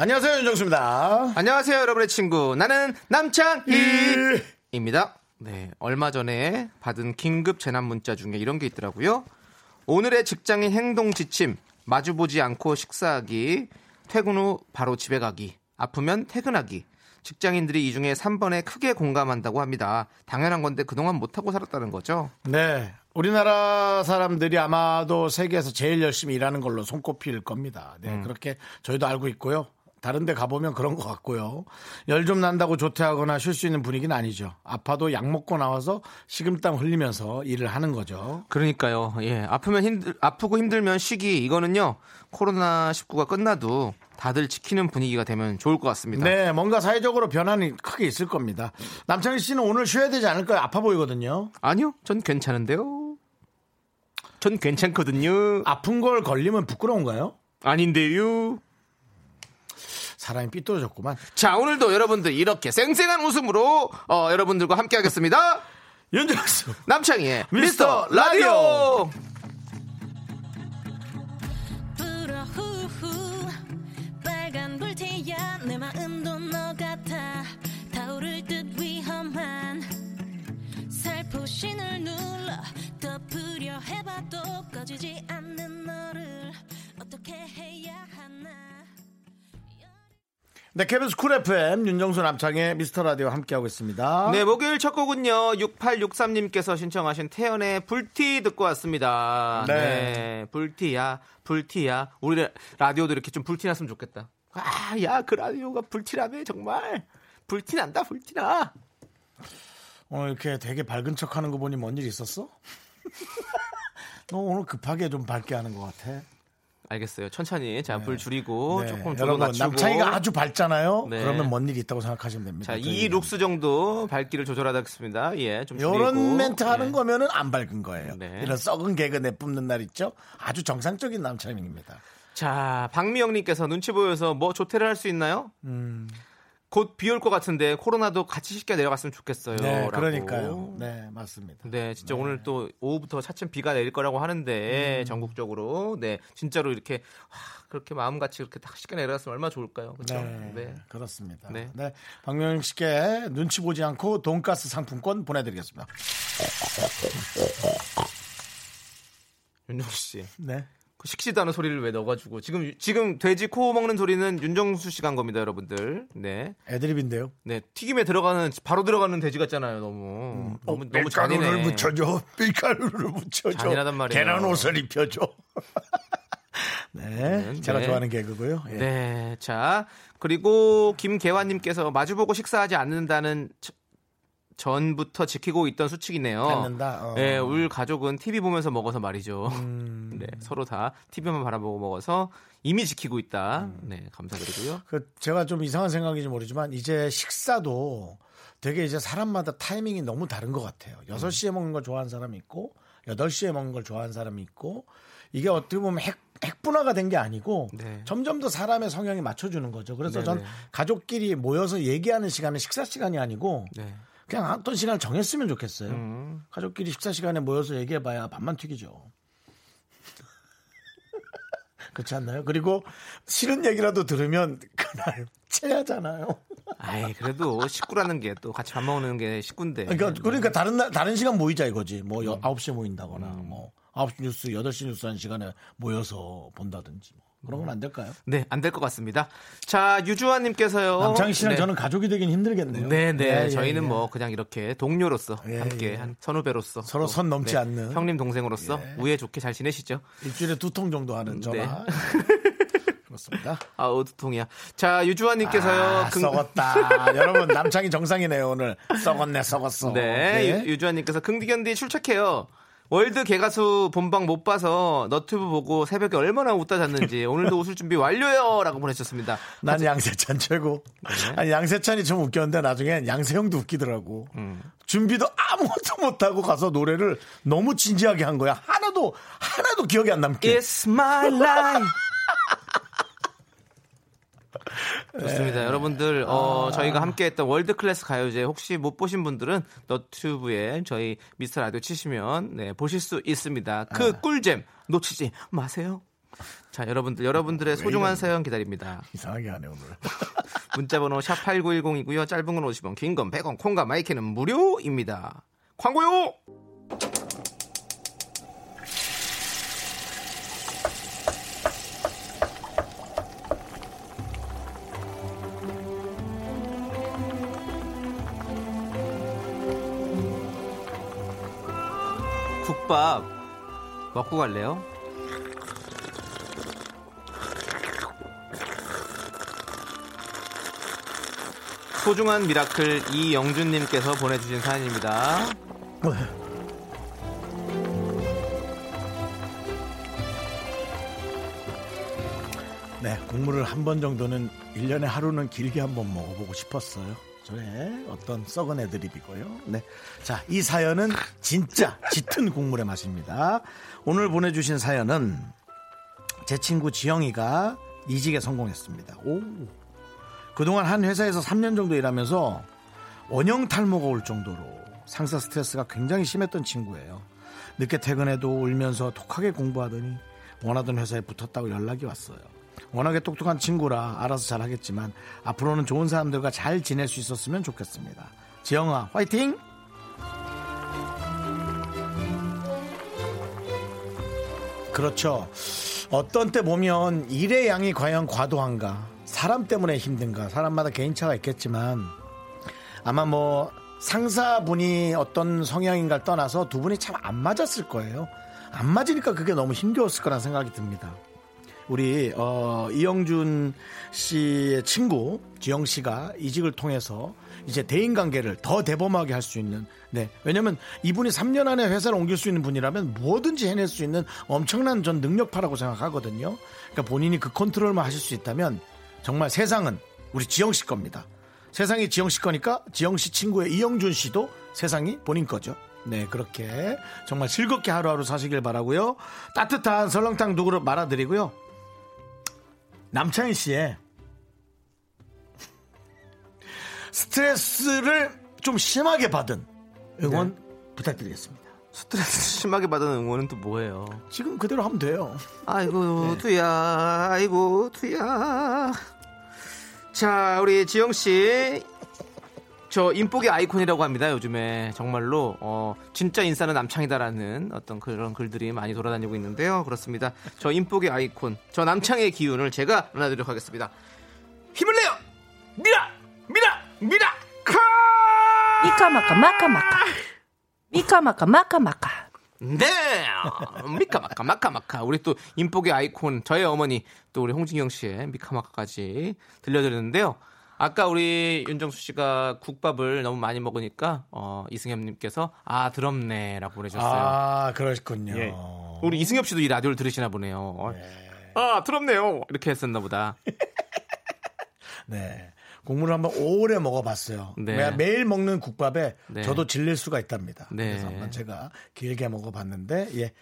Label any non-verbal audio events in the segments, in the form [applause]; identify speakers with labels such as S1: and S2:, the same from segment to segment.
S1: 안녕하세요, 윤정수입니다.
S2: 안녕하세요, 여러분의 친구. 나는 예. 남창희입니다. 네, 얼마 전에 받은 긴급 재난 문자 중에 이런 게 있더라고요. 오늘의 직장인 행동 지침, 마주보지 않고 식사하기, 퇴근 후 바로 집에 가기, 아프면 퇴근하기. 직장인들이 이 중에 3번에 크게 공감한다고 합니다. 당연한 건데 그동안 못하고 살았다는 거죠.
S1: 네. 우리나라 사람들이 아마도 세계에서 제일 열심히 일하는 걸로 손꼽힐 겁니다. 네. 그렇게 저희도 알고 있고요. 다른데 가보면 그런 것 같고요. 열 좀 난다고 조퇴하거나 쉴 수 있는 분위기는 아니죠. 아파도 약 먹고 나와서 식은땀 흘리면서 일을 하는 거죠.
S2: 그러니까요. 예. 아프면 힘들, 아프고 힘들면 쉬기. 이거는요. 코로나19가 끝나도 다들 지키는 분위기가 되면 좋을 것 같습니다.
S1: 네, 뭔가 사회적으로 변화는 크게 있을 겁니다. 남창희 씨는 오늘 쉬어야 되지 않을까요? 아파 보이거든요.
S2: 아니요. 전 괜찮은데요. 전 괜찮거든요.
S1: 아픈 걸 걸리면 부끄러운가요?
S2: 아, 닌데요
S1: 사람이 삐뚤어졌구만.
S2: 자, 오늘도 여러분들 이렇게 쌩쌩한 웃음으로 어, 여러분들과 함께 하겠습니다.
S1: 윤정수.
S2: 남창희의
S1: 미스터
S2: 미스터 라디오.
S3: 불어 후후 빨간 불티야 내 마음도 너 같아 타오를 듯 위험한 살포시 널 눌러 덮으려 해봐도 꺼지지 않는 너를 어떻게 해야 하나
S1: 네, 케빈스 쿨 FM 윤정수 남창의 미스터 라디오 함께하고 있습니다.
S2: 네, 목요일 첫 곡은요. 6863님께서 신청하신 태연의 불티 듣고 왔습니다.
S1: 네.
S2: 네. 불티야, 불티야. 우리 라디오도 이렇게 좀 불티 났으면 좋겠다. 아, 야, 그 라디오가 불티라네, 정말. 불티 난다, 불티 나.
S1: 오늘 이렇게 되게 밝은 척 하는 거 보니 뭔 일 있었어? [laughs] 너 오늘 급하게 좀 밝게 하는 것 같아.
S2: 알겠어요. 천천히. 자, 불 줄이고
S1: 네,
S2: 어, 조금 조금
S1: 여러분,
S2: 낮추고.
S1: 남창이가 아주 밝잖아요?
S2: 네.
S1: 그러면 뭔 일이 있다고 생각하시면 됩니다. 뭐
S2: 자, 이 룩스 정도 밝기를 조절하겠습니다. 예, 좀 줄이고.
S1: 요런 멘트 하는
S2: 예.
S1: 거면은 안 밝은 거예요.
S2: 네.
S1: 이런 썩은 개그 내뿜는 날 있죠? 아주 정상적인 남창입니다.
S2: 자, 박미영님께서 눈치 보여서 뭐 조퇴를 할 수 있나요?
S1: 음.
S2: 곧 비 올 것 같은데 코로나도 같이 쉽게 내려갔으면 좋겠어요.
S1: 네,
S2: 라고.
S1: 그러니까요. 네, 음. 맞습니다.
S2: 네, 진짜 오늘 또 오후부터 차츰 비가 내릴 거라고 하는데 전국적으로 네 진짜로 이렇게 하, 그렇게 마음같이 그렇게 딱 쉽게 내려갔으면 얼마나 좋을까요? 그렇죠?
S1: 네,
S2: 네.
S1: 그렇습니다. 네.
S2: 네.
S1: 박명영 씨께 눈치 보지 않고 돈가스 상품권 보내드리겠습니다.
S2: 윤정수 씨,
S1: 네.
S2: 그 식지도 않은 소리를 왜 넣어가지고 지금 지금 돼지 코 먹는 소리는 윤정수 씨가 한 겁니다, 여러분들. 네,
S1: 애드립인데요.
S2: 네 튀김에 들어가는 바로 들어가는 돼지 같잖아요, 너무
S1: 음,
S2: 너무 너무
S1: 어, 밀가루를
S2: 잔인해.
S1: 묻혀줘. 밀가루를 묻혀줘.
S2: 잔인하단 말이에요.
S1: 계란 옷을
S2: [laughs]
S1: 입혀줘. 네,
S2: 네.
S1: 제가 좋아하는 개그고요. 예.
S2: 네. 자, 그리고 김계환님께서 마주보고 식사하지 않는다는 저- 전부터 지키고 있던 수칙이네요.
S1: 않는다? 어. 음.
S2: 네, 우리 가족은 TV 보면서 먹어서 말이죠. 네, 서로 다 TV만 바라보고 먹어서 이미 지키고 있다.
S1: 음.
S2: 네, 감사드리고요.
S1: 그 제가 좀 이상한 생각인지 모르지만 이제 식사도 되게 이제 사람마다 타이밍이 너무 다른 것 같아요.
S2: 음.
S1: 6시에 먹는 걸 좋아하는 사람이 있고 8시에 먹는 걸 좋아하는 사람이 있고 이게 어떻게 보면 핵, 핵분화가 된 게 아니고
S2: 네.
S1: 점점 더 사람의 성향에 맞춰주는 거죠. 그래서 전
S2: 네네.
S1: 가족끼리 모여서 얘기하는 시간은 식사 시간이 아니고
S2: 네.
S1: 그냥 어떤 시간을 정했으면 좋겠어요.
S2: 음.
S1: 가족끼리 식사 시간에 모여서 얘기해봐야 밥만 튀기죠. [laughs] 그렇지 않나요? 그리고 싫은 얘기라도 들으면 그날 [laughs] 체하잖아요.
S2: 아이, 그래도 식구라는 게 또 같이 밥 먹는 게 식구인데.
S1: 그러니까, 그러니까 다른 날, 다른 시간 모이자 이거지. 뭐
S2: 음.
S1: 여, 9시에 모인다거나 뭐 9시 뉴스, 8시 뉴스 한 시간에 모여서 본다든지 뭐. 그런 건 안 될까요?
S2: 네, 안 될 것 같습니다. 자, 유주환님께서요.
S1: 남창희 씨랑
S2: 네.
S1: 저는 가족이 되긴 힘들겠네요.
S2: 네, 네.
S1: 예,
S2: 저희는
S1: 예.
S2: 뭐 그냥 이렇게 동료로서
S1: 예,
S2: 함께
S1: 예.
S2: 한 선후배로서
S1: 서로
S2: 또, 네,
S1: 선 넘지 않는. 예.
S2: 형님 동생으로서 우애 좋게 잘 지내시죠.
S1: 일주일에 두 통 정도
S2: 음,
S1: 하는 전화.
S2: 네.
S1: [laughs] 그렇습니다.
S2: 아, 두통이야. 자, 유주환 님께서요.
S1: 아, [laughs] 썩었다. 여러분 남창이 정상이네요 오늘. 썩었네 썩었어.
S2: 네.
S1: 네.
S2: 유- 유주환 님께서 긍디견디 출첵해요. 월드 개가수 본방 못 봐서 너튜브 보고 새벽에 얼마나 웃다 잤는지 오늘도 웃을 준비 완료요 라고 보내셨습니다.
S1: 난 양세찬 최고. 아니, 양세찬이 좀 웃겼는데 나중엔 양세형도 웃기더라고. 준비도 아무것도 못하고 가서 노래를 너무 진지하게 한 거야. 하나도, 하나도 기억이 안 남게.
S2: It's my life. [laughs] 좋습니다. 여러분들, 어, 저희가 함께 했던 월드 클래스 가요제 혹시 못 보신 분들은 너튜브에 저희 미스터 라디오 치시면 네, 보실 수 있습니다. 그 꿀잼 놓치지 마세요. 자, 여러분들, 여러분들의 소중한 사연 기다립니다.
S1: 이상하게 하네, 오늘.
S2: 문자번호 샵8910이고요. 짧은 건 50원, 긴 건 100원, 콩과 마이크는 무료입니다. 광고요! 국밥 먹고 갈래요? 소중한 미라클 이영준님께서 보내주신 사연입니다.
S1: 네, 국물을 한 번 정도는 일년에 하루는 길게 한 번 먹어보고 싶었어요. 저의 어떤 썩은 애드립이고요. 네. 자, 이 사연은 진짜 짙은 국물의 맛입니다. 오늘 보내주신 사연은 제 친구 지영이가 이직에 성공했습니다. 오. 그동안 한 회사에서 3년 정도 일하면서 원형 탈모가 올 정도로 상사 스트레스가 굉장히 심했던 친구예요. 늦게 퇴근해도 울면서 독하게 공부하더니 원하던 회사에 붙었다고 연락이 왔어요. 워낙에 똑똑한 친구라 알아서 잘하겠지만 앞으로는 좋은 사람들과 잘 지낼 수 있었으면 좋겠습니다. 지영아, 화이팅! 그렇죠. 어떤 때 보면 일의 양이 과연 과도한가, 사람 때문에 힘든가, 사람마다 개인차가 있겠지만 아마 뭐 상사분이 어떤 성향인가를 떠나서 두 분이 참 안 맞았을 거예요. 안 맞으니까 그게 너무 힘겨웠을 거란 생각이 듭니다. 우리 어, 이영준 씨의 친구 지영 씨가 이직을 통해서 이제 대인 관계를 더 대범하게 할 수 있는 네 왜냐하면 이분이 3년 안에 회사를 옮길 수 있는 분이라면 뭐든지 해낼 수 있는 엄청난 전 능력파라고 생각하거든요. 그러니까 본인이 그 컨트롤만 하실 수 있다면 정말 세상은 우리 지영 씨 겁니다. 세상이 지영 씨 거니까 지영 씨 친구의 이영준 씨도 세상이 본인 거죠. 네, 그렇게 정말 즐겁게 하루하루 사시길 바라고요. 따뜻한 설렁탕 두 그릇 말아드리고요. 남창희 씨의 스트레스를 좀 심하게 받은 응원
S2: 네.
S1: 부탁드리겠습니다.
S2: 스트레스 [laughs] 심하게 받은 응원은 또 뭐예요? 네.
S1: 지금 그대로 하면 돼요.
S2: 아이고 투야 아이고 투야 자 우리 지영씨 저 인복의 아이콘이라고 합니다 요즘에 정말로 어, 진짜 인싸는 남창이다라는 어떤 그런 글들이 많이 돌아다니고 있는데요 그렇습니다 저 인복의 아이콘 저 남창의 기운을 제가 안아드리도록 하겠습니다 힘을 내요 미라 미라 미라 카
S4: 미카마카 마카마카 미카마카 마카마카
S2: 네! 미카마카, 마카마카. 우리 또 인복의 아이콘, 저의 어머니, 또 우리 홍진경 씨의 미카마카까지 들려드렸는데요. 아까 우리 윤정수 씨가 국밥을 너무 많이 먹으니까, 어, 이승엽님께서, 아, 더럽네. 라고 보내셨어요.
S1: 아, 그러셨군요.
S2: 예. 우리 이승엽 씨도 이 라디오를 들으시나 보네요. 어, 아, 더럽네요. 이렇게 했었나 보다.
S1: 네. 국물을 한번 오래 먹어봤어요.
S2: 네.
S1: 매- 매일 먹는 국밥에
S2: 네.
S1: 저도 질릴 수가 있답니다.
S2: 네.
S1: 그래서 한번 제가 길게 먹어봤는데 예, 에,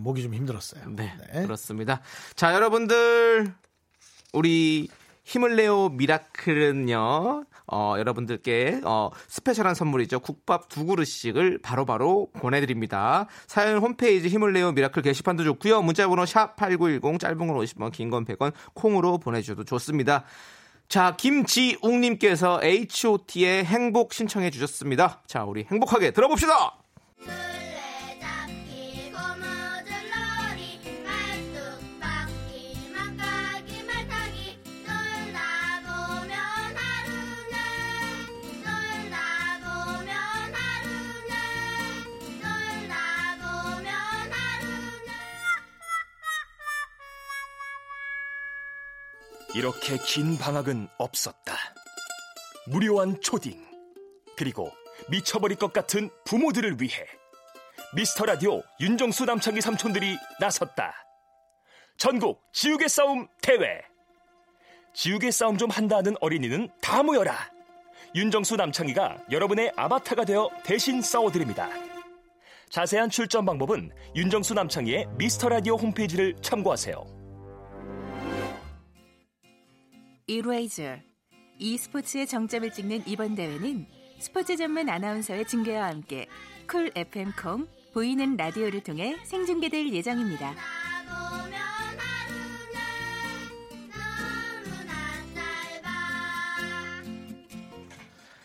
S1: 목이 좀 힘들었어요.
S2: 네,
S1: 네.
S2: 그렇습니다. 자, 여러분들 우리 힘을 내요 미라클은요. 어, 여러분들께 어, 스페셜한 선물이죠. 국밥 두 그릇씩을 바로바로 보내드립니다. 사연 홈페이지 힘을 내요 미라클 게시판도 좋고요. 문자번호 샵 #8910 짧은 건 50원, 긴 건 100원 콩으로 보내주셔도 좋습니다. 자, 김지웅님께서 H.O.T의 행복 신청해 주셨습니다. 자, 우리 행복하게 들어봅시다.
S5: 술래잡기고 모든 놀이 말뚝박기 막가기 말타기 놀다 보면 하루는 놀다 보면 하루는 놀다 보면 하루는
S6: 이렇게 긴 방학은 없었다. 무료한 초딩, 그리고 미쳐버릴 것 같은 부모들을 위해 미스터 라디오 윤정수 남창희 삼촌들이 나섰다. 전국 지우개 싸움 대회. 지우개 싸움 좀 한다 하는 어린이는 다 모여라. 윤정수 남창희가 여러분의 아바타가 되어 대신 싸워드립니다. 자세한 출전 방법은 윤정수 남창희의 미스터 라디오 홈페이지를 참고하세요.
S7: 이레이저 e스포츠의 정점을 찍는 이번 대회는 스포츠 전문 아나운서의 징계와 함께 쿨 FM 콩 보이는 라디오를 통해 생중계될 예정입니다.
S5: 보면 하루는 너무나 짧아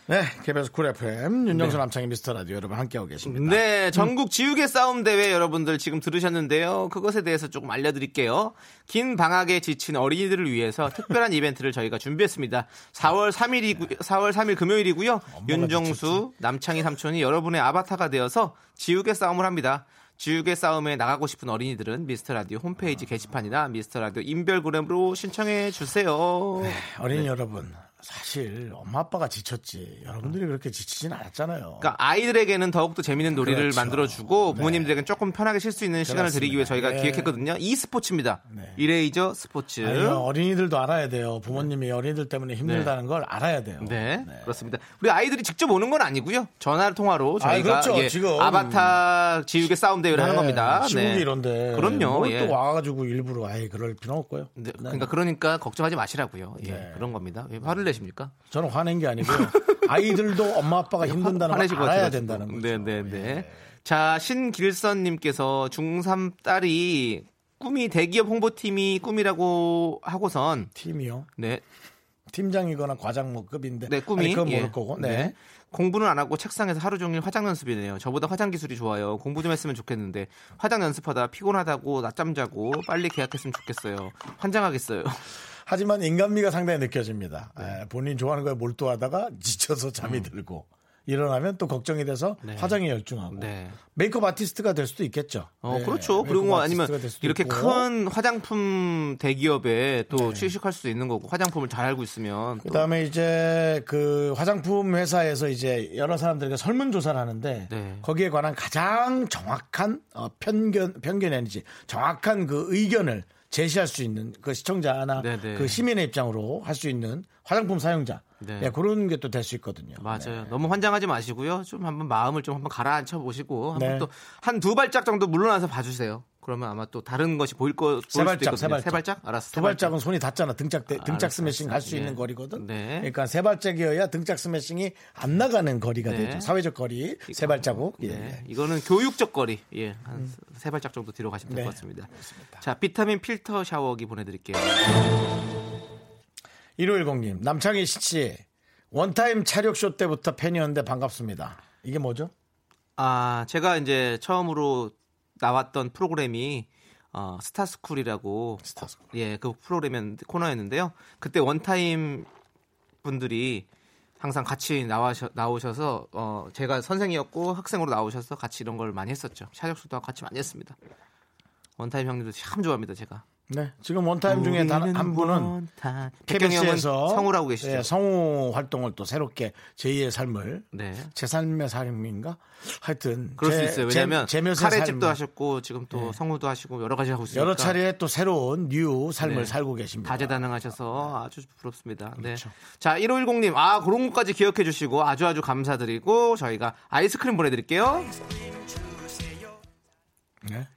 S1: 네, KBS 쿨 FM 윤정수 남창희 미스터 라디오 여러분 함께하고 계십니다. 음.
S2: 네, 전국 지우개 싸움 대회 여러분들 지금 들으셨는데요. 그것에 대해서 조금 알려드릴게요. 긴 방학에 지친 어린이들을 위해서 특별한 [laughs] 이벤트를 저희가 준비했습니다. 4월 3일이 4월 3일 금요일이고요. 윤정수 남창희 삼촌이 여러분의 아바타가 되어서 지우개 싸움을 합니다. 지우개 싸움에 나가고 싶은 어린이들은 미스터 라디오 홈페이지 게시판이나 미스터 라디오 인별그램으로 신청해 주세요.
S1: 네.
S2: 네.
S1: 어린이 여러분, 사실 엄마 아빠가 지쳤지 여러분들이 그렇게 지치진 않았잖아요.
S2: 그러니까 아이들에게는 더욱더 재밌는 놀이를
S1: 어. 그렇죠.
S2: 만들어주고
S1: 네.
S2: 부모님들에겐 조금 편하게 쉴 수 있는 시간을 드리기 위해 저희가
S1: 예.
S2: 기획했거든요. 이 스포츠입니다.
S1: 네.
S2: 이레이저 스포츠.
S1: 아니요, 어린이들도 알아야 돼요. 부모님이 어린이들 때문에 힘들다는 걸 알아야 돼요.
S2: 네, 그렇습니다. 우리 아이들이 직접 오는 건 아니고요. 전화 통화로
S1: 아,
S2: 저희가 예,
S1: 그렇죠. 지금.
S2: 아바타 지우개 싸움 대회를 하는
S1: 네,
S2: 겁니다.
S1: 시국이
S2: 네.
S1: 이런데.
S2: 그럼요.
S1: 뭘또
S2: 예.
S1: 와가지고 일부러 아예 그럴 필요 없고요.
S2: 네,
S1: 네.
S2: 그러니까 그러니까 걱정하지 마시라고요. 예,
S1: 네.
S2: 그런 겁니다. 왜 화를 내십니까?
S1: 저는 화낸 게
S2: [laughs]
S1: 아니고요. 아이들도 엄마 아빠가 힘든다는
S2: 네, 화내실
S1: 걸
S2: 것
S1: 알아야
S2: 같아요.
S1: 된다는 거죠. 예.
S2: 네, 네, 네. 자, 신길선님께서 중3 딸이 꿈이 대기업 홍보팀이 꿈이라고 하고선
S1: 팀이요.
S2: 네,
S1: 팀장이거나 과장 뭐 급인데.
S2: 네, 꿈이.
S1: 아니, 그건 모를
S2: 예.
S1: 거고. 네.
S2: 네. 공부는 안 하고 책상에서 하루 종일 화장 연습이네요. 저보다 화장 기술이 좋아요. 공부 좀 했으면 좋겠는데 화장 연습하다 피곤하다고 낮잠 자고 빨리 계약했으면 좋겠어요. 환장하겠어요. [laughs]
S1: 하지만 인간미가 상당히 느껴집니다.
S2: 네.
S1: 예, 본인 좋아하는 거에 몰두하다가 지쳐서 잠이
S2: 음.
S1: 들고 일어나면 또 걱정이 돼서 화장에 열중하고
S2: 네.
S1: 메이크업 아티스트가 될 수도 있겠죠.
S2: 어,
S1: 예,
S2: 그렇죠.
S1: 메이크업
S2: 그리고 아니면
S1: 아티스트가 될 수도
S2: 이렇게
S1: 있고. 네.
S2: 큰 화장품 대기업에 또 취직할 수도 있는 거고 화장품을 잘 알고 있으면 또
S1: 그다음에 이제 그 화장품 회사에서 이제 여러 사람들에게 설문 조사를 하는데
S2: 네.
S1: 거기에 관한 가장 정확한 어, 편견 편견이 아니지 정확한 그 의견을 제시할 수 있는 그 시청자나
S2: 네, 네.
S1: 그 시민의 입장으로 할 수 있는 화장품 사용자
S2: 네.
S1: 예, 그런 게 또 될 수 있거든요. 네.
S2: 맞아요. 너무 환장하지 마시고요. 좀 한번 마음을 좀 한번 가라앉혀 보시고
S1: 네.
S2: 한번 또 한 두 발짝 정도 물러나서 봐주세요. 그러면 아마 또 다른 것이 보일 거 보일
S1: 세 발짝,
S2: 수도 있거든요.
S1: 세 발짝.
S2: 세 발짝? 알았어.
S1: 두
S2: 세 발짝.
S1: 발짝은 손이 닿잖아. 등짝 대- 등짝
S2: 알았어,
S1: 스매싱 갈 수
S2: 알았어.
S1: 있는
S2: 예.
S1: 거리거든.
S2: 네.
S1: 그러니까 세 발짝이어야 등짝 스매싱이 안 나가는 거리가
S2: 네.
S1: 되죠. 사회적 거리 세 발자국. 예,
S2: 네,
S1: 예.
S2: 이거는 교육적 거리. 예, 한 세 발짝 정도 뒤로 가시면
S1: 네,
S2: 될것 같습니다. 자, 비타민 필터 샤워기 보내드릴게요.
S1: 1510님, 남창희 씨, 원타임 차력쇼 때부터 팬이었는데 반갑습니다. 이게 뭐죠?
S2: 아, 제가 이제 처음으로 나왔던 프로그램이 어, 스타스쿨이라고
S1: 스타스쿨.
S2: 예, 그 프로그램 코너였는데요. 그때 원타임 분들이 항상 같이 나와셔, 나오셔서 어, 제가 선생이었고 학생으로 나오셔서 같이 이런 걸 많이 했었죠. 샤적수도 같이 많이 했습니다. 원타임 형님도 참 좋아합니다, 제가.
S1: 네. 지금 원타임 중에 단 한 분은
S2: 뭐 백경 형은
S1: KBS에서
S2: 성우라고 계시죠.
S1: 예, 성우 활동을 또 새롭게 제2의 삶을
S2: 네.
S1: 제 삶의 삶인가? 하여튼
S2: 그럴 수
S1: 제-
S2: 있어요.
S1: 제-
S2: 왜냐하면
S1: 제 묘사의
S2: 카레집도
S1: 삶을 예.
S2: 하셨고 지금 또 성우도 하시고 여러 가지 하고 있으니까
S1: 여러 차례 또 새로운 뉴 삶을
S2: 네.
S1: 살고 계십니다. 그렇죠.
S2: 다재다능하셔서 아주 부럽습니다. 네. 자, 1510님. 아, 그런 것까지 기억해 주시고 아주 아주 감사드리고 저희가 아이스크림 보내 드릴게요.
S1: 네.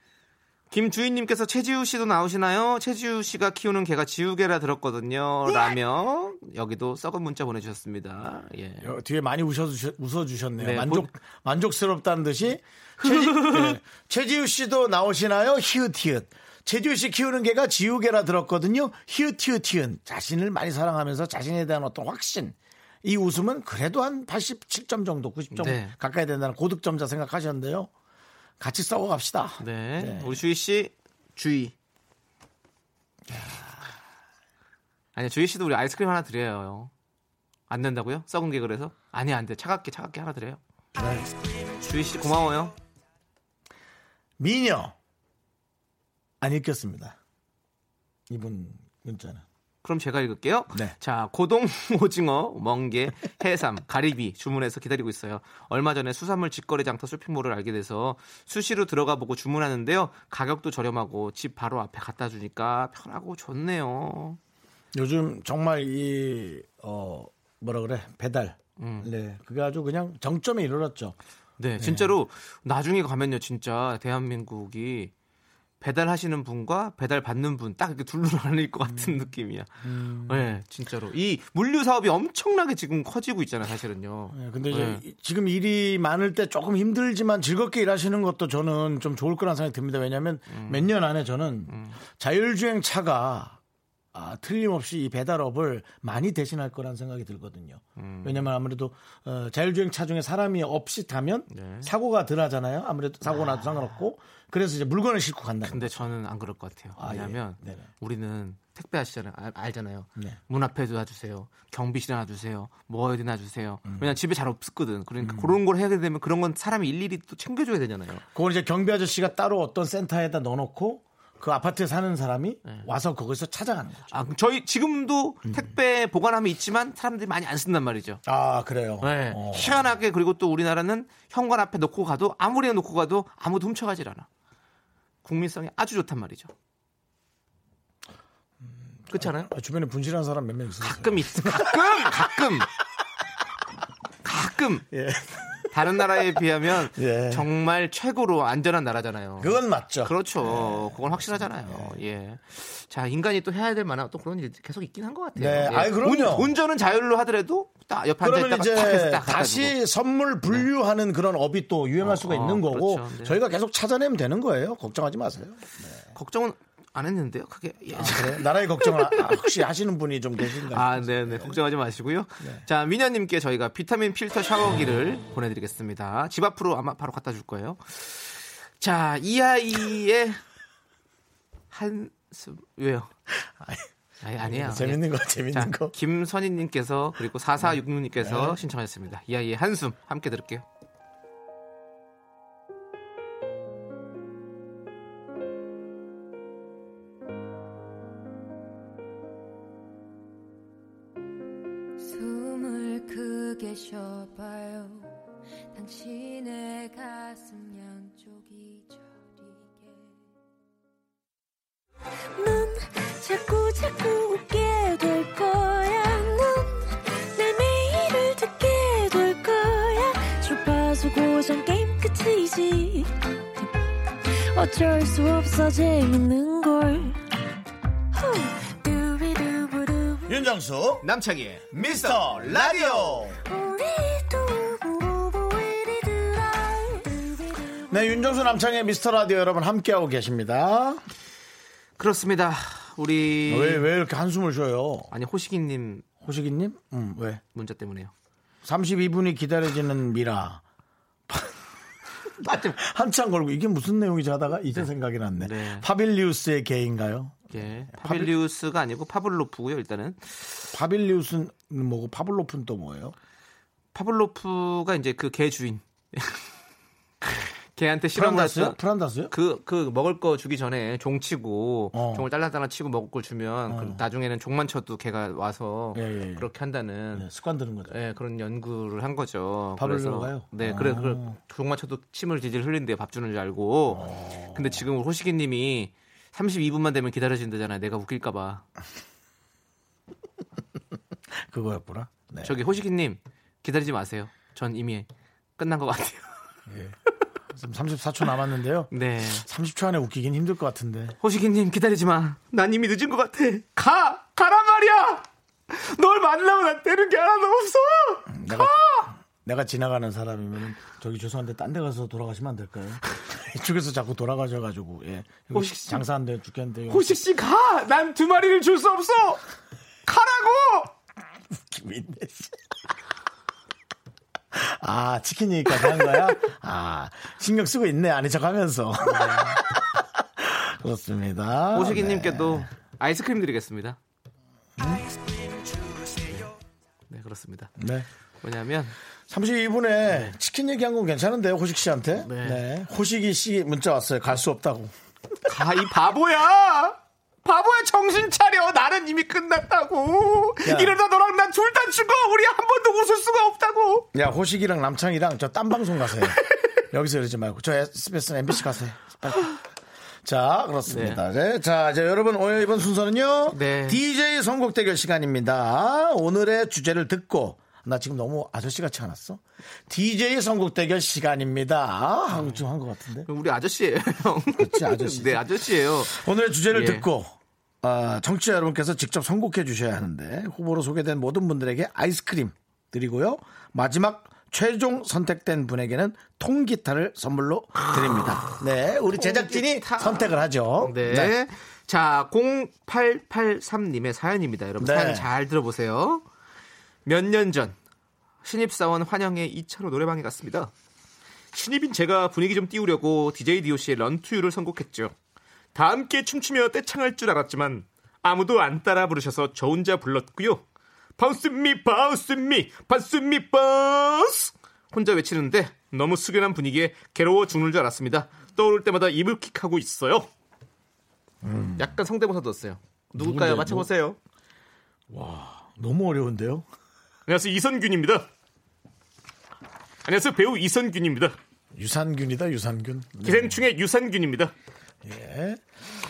S2: 김주인님께서 최지우 씨도 나오시나요? 최지우 씨가 키우는 개가 지우개라 들었거든요. 라며 여기도 썩은 문자 보내주셨습니다. 예.
S1: 여- 뒤에 많이 웃어주셨, 웃어주셨네요.
S2: 네,
S1: 만족,
S2: 본-
S1: 만족스럽다는
S2: [laughs]
S1: 듯이. 최지, 네. 최지우 씨도 나오시나요? 히읗히읗. 최지우 씨 키우는 개가 지우개라 들었거든요. 히읗히읗히읗. 자신을 많이 사랑하면서 자신에 대한 어떤 확신. 이 웃음은 그래도 한 87점 정도, 90점
S2: 네.
S1: 가까이 된다는 고득점자 생각하셨는데요. 같이 싸워갑시다.
S2: 네. 우리 주희 씨, 주희. 아니, 주희 씨도 우리 아이스크림 하나 드려요. 안 된다고요? 썩은 게 그래서? 아니, 안 돼. 차갑게, 차갑게 하나 드려요. 주희 씨, 고마워요.
S1: 미녀. 안 읽겠습니다. 이분 문자는.
S2: 그럼 제가 읽을게요.
S1: 네.
S2: 자, 고동, 오징어, 멍게, 해삼, 가리비 주문해서 기다리고 있어요. 얼마 전에 수산물 직거래 장터 쇼핑몰을 알게 돼서 수시로 들어가 보고 주문하는데요. 가격도 저렴하고 집 바로 앞에 갖다 주니까 편하고 좋네요.
S1: 요즘 정말 이, 어, 뭐라 그래, 배달. 네. 그게 아주 그냥 정점에 이르렀죠.
S2: 네, 진짜로 나중에 가면요, 진짜 대한민국이 배달하시는 분과 배달 받는 분 딱 이렇게 둘로 나뉠 것
S1: 음.
S2: 같은 느낌이야. 네, 진짜로 이 물류 사업이 엄청나게 지금 커지고 있잖아요, 사실은요.
S1: 네, 근데 이제
S2: 네.
S1: 이- 지금 일이 많을 때 조금 힘들지만 즐겁게 일하시는 것도 저는 좀 좋을 거란 생각이 듭니다. 왜냐하면 몇 년 안에 저는 자율주행 차가 아, 틀림없이 이 배달업을 많이 대신할 거란 생각이 들거든요. 왜냐면 아무래도 어, 자율주행 차 중에 사람이 없이 타면 사고가 덜 하잖아요. 아무래도 사고 나도 상관없고 그래서 이제 물건을 싣고 간다.
S2: 근데 저는 안 그럴 것 같아요.
S1: 아,
S2: 왜냐하면
S1: 예. 네네.
S2: 우리는 택배 하시잖아요, 알, 알잖아요.
S1: 네.
S2: 문 앞에 놔주세요, 경비실에 놔주세요, 뭐 어디 놔주세요.
S1: 음.
S2: 왜냐 집에 잘 없었거든. 그러니까 그런 걸 해야 되면 그런 건 사람이 일일이 또 챙겨줘야 되잖아요.
S1: 그걸 이제 경비 아저씨가 따로 어떤 센터에다 넣어놓고 그 아파트에 사는 사람이
S2: 네.
S1: 와서 거기서 찾아가는 거죠.
S2: 아, 그럼 저희 지금도
S1: 음.
S2: 택배 보관함이 있지만 사람들이 많이 안 쓴단 말이죠.
S1: 아 그래요.
S2: 네.
S1: 어.
S2: 희한하게 그리고 또 우리나라는 현관 앞에 놓고 가도 아무리 놓고 가도 아무도 훔쳐가질 않아. 국민성이 아주 좋단 말이죠. 그렇지 않아요?
S1: 아, 주변에 분실한 사람 몇 명 있어요.
S2: 가끔 있 가끔 가끔 가끔
S1: 예.
S2: 다른 나라에 비하면
S1: 예.
S2: 정말 최고로 안전한 나라잖아요.
S1: 그건 네, 맞죠.
S2: 그렇죠. 그건 확실하잖아요. 예. 자, 인간이 또 해야 될 만한 또 그런 일이 계속 있긴 한 것 같아요.
S1: 네,
S2: 예.
S1: 아이, 그럼요.
S2: 운, 전은 자율로 하더라도 딱 옆에 앉아
S1: 그러면
S2: 있다가 탁 해서
S1: 이제
S2: 딱 갖다 주고. 네.
S1: 다시 선물 분류하는 그런 업이 또 유행할
S2: 어,
S1: 수가
S2: 어,
S1: 있는 거고
S2: 그렇죠. 네.
S1: 저희가 계속 찾아내면 되는 거예요. 걱정하지 마세요. 아,
S2: 걱정은 안 했는데요. 그게 예.
S1: 그래요? 나라의 걱정을 아, 혹시 하시는 분이 좀 계신가요?
S2: [laughs] 아, 네, 네. 걱정하지 마시고요.
S1: 네.
S2: 자, 미녀님께 저희가 비타민 필터 샤워기를 보내드리겠습니다. 집 앞으로 아마 바로 갖다 줄 거예요. 자, 이 아이의 한숨, 왜요? 아니, 아니에요.
S1: 재밌는 거, 재밌는
S2: 네, 자,
S1: 거. 네.
S2: 김선희님께서 그리고 4466님께서 신청하셨습니다. 이 아이의 한숨 함께 들을게요.
S3: 숨을 크게 쉬어봐요 당신의 가슴 양쪽이 저리게 넌 자꾸 자꾸 웃게 될 거야 넌내 매일을 듣게 될 거야 주파수 고정 게임 끝이지 어쩔 수 없어 재밌는걸 후. 두비두부두.
S1: 윤정수
S2: 남창희의
S1: 미스터 라디오. 네, 윤정수 남창의 미스터 라디오 여러분 함께하고 계십니다.
S2: 그렇습니다. 우리
S1: 아, 왜 왜 이렇게 한숨을 쉬어요?
S2: 아니 호식이님
S1: 호식이님? 음, 왜?
S2: 문자 때문에요.
S1: 32분이 기다려지는 미라. 아,
S2: 맞죠?
S1: 한참 걸고 이게 무슨 내용이지 하다가 이제 생각이 났네.
S2: 네.
S1: 파빌리우스의 개인가요? 네.
S2: 예, 파빌리우스가 아니고 파블로프고요. 일단은
S1: 파빌리우스는 뭐고 파블로프는 또 뭐예요?
S2: 파블로프가 이제 그 개 주인. [laughs] 개한테 실험을
S1: 프란다스요?
S2: 했던
S1: 프란다스요?
S2: 그, 그 먹을 거 주기 전에 종 치고
S1: 어.
S2: 종을 딸랑딸랑 치고 먹을 걸 주면 그럼 나중에는 종만 쳐도 개가 와서
S1: 예, 예, 예.
S2: 그렇게 한다는
S1: 네, 습관 드는 거죠.
S2: 예, 그런 연구를 한 거죠.
S1: 밥을
S2: 그래서-
S1: 들어가요?
S2: 네,
S1: 아.
S2: 그래 그래 종만 쳐도 침을 질질 흘린대요. 밥 주는 줄 알고.
S1: 어.
S2: 근데 지금 호식이 님이 32분만 되면 기다려진다잖아요. 내가 웃길까 봐.
S1: 그거였구나. 네.
S2: 저기 호식이 님 기다리지 마세요. 전 이미 끝난 것 같아요.
S1: 지금 34초 [laughs] 남았는데요.
S2: [laughs] 네.
S1: 30초 안에 웃기긴 힘들 것 같은데.
S2: 호식이 님 기다리지 마. 난 이미 늦은 것 같아. 가! 가란 말이야. 널 만나면 안 되는 게 하나도 없어.
S1: 내가, 내가 지나가는 사람이면 저기 죄송한데 딴 데 가서 돌아가시면 안 [laughs] 될까요? 이쪽에서 자꾸 돌아가셔가지고 예. 이거
S2: 호식 씨.
S1: 장사 안 돼요 죽겠는데 이거
S2: 호식 씨 가. 난 두 마리를 줄 수 없어. 가라고.
S1: 김인대 씨. 아 치킨 얘기까지 한 거야? 아 신경 쓰고 있네 아닌 척하면서
S2: 아,
S1: 그렇습니다. 네,
S2: 오식이님께도 아이스크림 드리겠습니다. 네 그렇습니다.
S1: 네. 네.
S2: 뭐냐면
S1: 32분에 치킨 얘기한 건 괜찮은데요 호식 씨한테?
S2: 네.
S1: 네. 호식이 씨 문자 왔어요 갈 수 없다고.
S2: 가 이 아, 바보야 바보야 정신 차려 나는 이미 끝났다고
S1: 야.
S2: 이러다 너랑 난 둘 다 죽어 우리 한 번도 웃을 수가 없다고
S1: 야 호식이랑 남창이랑 저 딴 방송 가세요. 여기서 이러지 말고 저 SBS나 MBC 가세요. 빨리. 자 그렇습니다. 네, 자 이제 여러분 오늘 이번 순서는요.
S2: 네.
S1: DJ 선곡 대결 시간입니다. 오늘의 주제를 듣고 나 지금 너무 아저씨 같지 않았어? DJ 선곡 대결 시간입니다. 하고 좀 한 것 같은데.
S2: 우리 아저씨예요 형
S1: 그렇지, 아저씨.
S2: 네 아저씨예요
S1: 오늘의 주제를
S2: 예.
S1: 듣고 아, 청취자 여러분께서 직접 선곡해 주셔야 하는데 후보로 소개된 모든 분들에게 아이스크림 드리고요. 마지막 최종 선택된 분에게는 통기타를 선물로 드립니다. 네, 우리 제작진이
S2: 통기타.
S1: 선택을 하죠.
S2: 네. 자, 0883님의 사연입니다. 여러분
S1: 네.
S2: 사연 잘 들어보세요. 몇 년 전 신입사원 환영회 2차로 노래방에 갔습니다. 신입인 제가 분위기 좀 띄우려고 DJ DOC의 런투유를 선곡했죠. 다 함께 춤추며 떼창할 줄 알았지만 아무도 안 따라 부르셔서 저 혼자 불렀고요. 바우스미 바우스미 바우스미 바우스 혼자 외치는데 너무 숙연한 분위기에 괴로워 죽는 줄 알았습니다. 떠오를 때마다 이불킥하고 있어요. 약간 성대모사 넣었어요.
S1: 음.
S2: 누굴까요?
S1: 누군데?
S2: 맞춰보세요.
S1: 너무 어려운데요?
S2: 안녕하세요. 이선균입니다. 안녕하세요. 배우 이선균입니다.
S1: 유산균이다, 유산균. 네.
S2: 기생충의 유산균입니다.
S1: 예.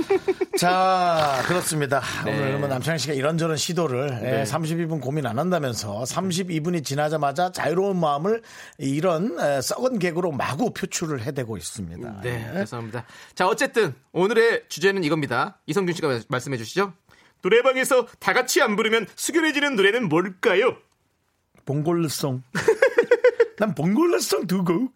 S1: [laughs] 자, 그렇습니다.
S2: 네.
S1: 오늘 뭐 남창희 씨가 이런저런 시도를 예, 32분 고민 안 한다면서 32분이 지나자마자 자유로운 마음을 이런 에, 썩은 개그로 마구 표출을 해대고 있습니다.
S2: 네,
S1: 예.
S2: 죄송합니다. 자, 어쨌든 오늘의 주제는 이겁니다. 이성균 씨가 말씀해 주시죠. 노래방에서 다 같이 안 부르면 숙연해지는 노래는 뭘까요?
S1: 봉골레송. [laughs] 난 봉골레송 두 곡.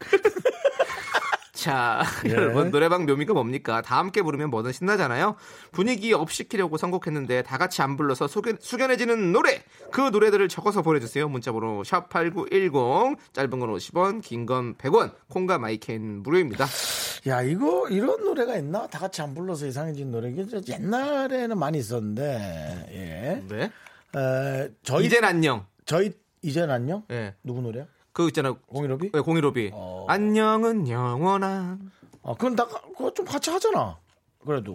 S2: 자,
S1: 예.
S2: 여러분 노래방 묘미가 뭡니까? 다 함께 부르면 뭐든 신나잖아요. 분위기 업 시키려고 선곡했는데 다 같이 안 불러서 숙연, 숙연해지는 노래 그 노래들을 적어서 보내주세요. 문자번호 샵 #8910 짧은 건 50원, 긴 건 100원, 콩과 마이케인 무료입니다.
S1: 야, 이거 이런 노래가 있나? 다 같이 안 불러서 이상해진 노래. 이게 저 옛날에는 많이 있었는데. 예.
S2: 네.
S1: 에, 저희
S2: 이젠 안녕.
S1: 저희 이젠 안녕?
S2: 예.
S1: 누구 노래야?
S2: 그거 있잖아. 요
S1: 공일오비?
S2: 공일오비.
S1: 어.
S2: 안녕은 영원한.
S1: 아, 그건 다, 그거 좀 같이 하잖아. 그래도.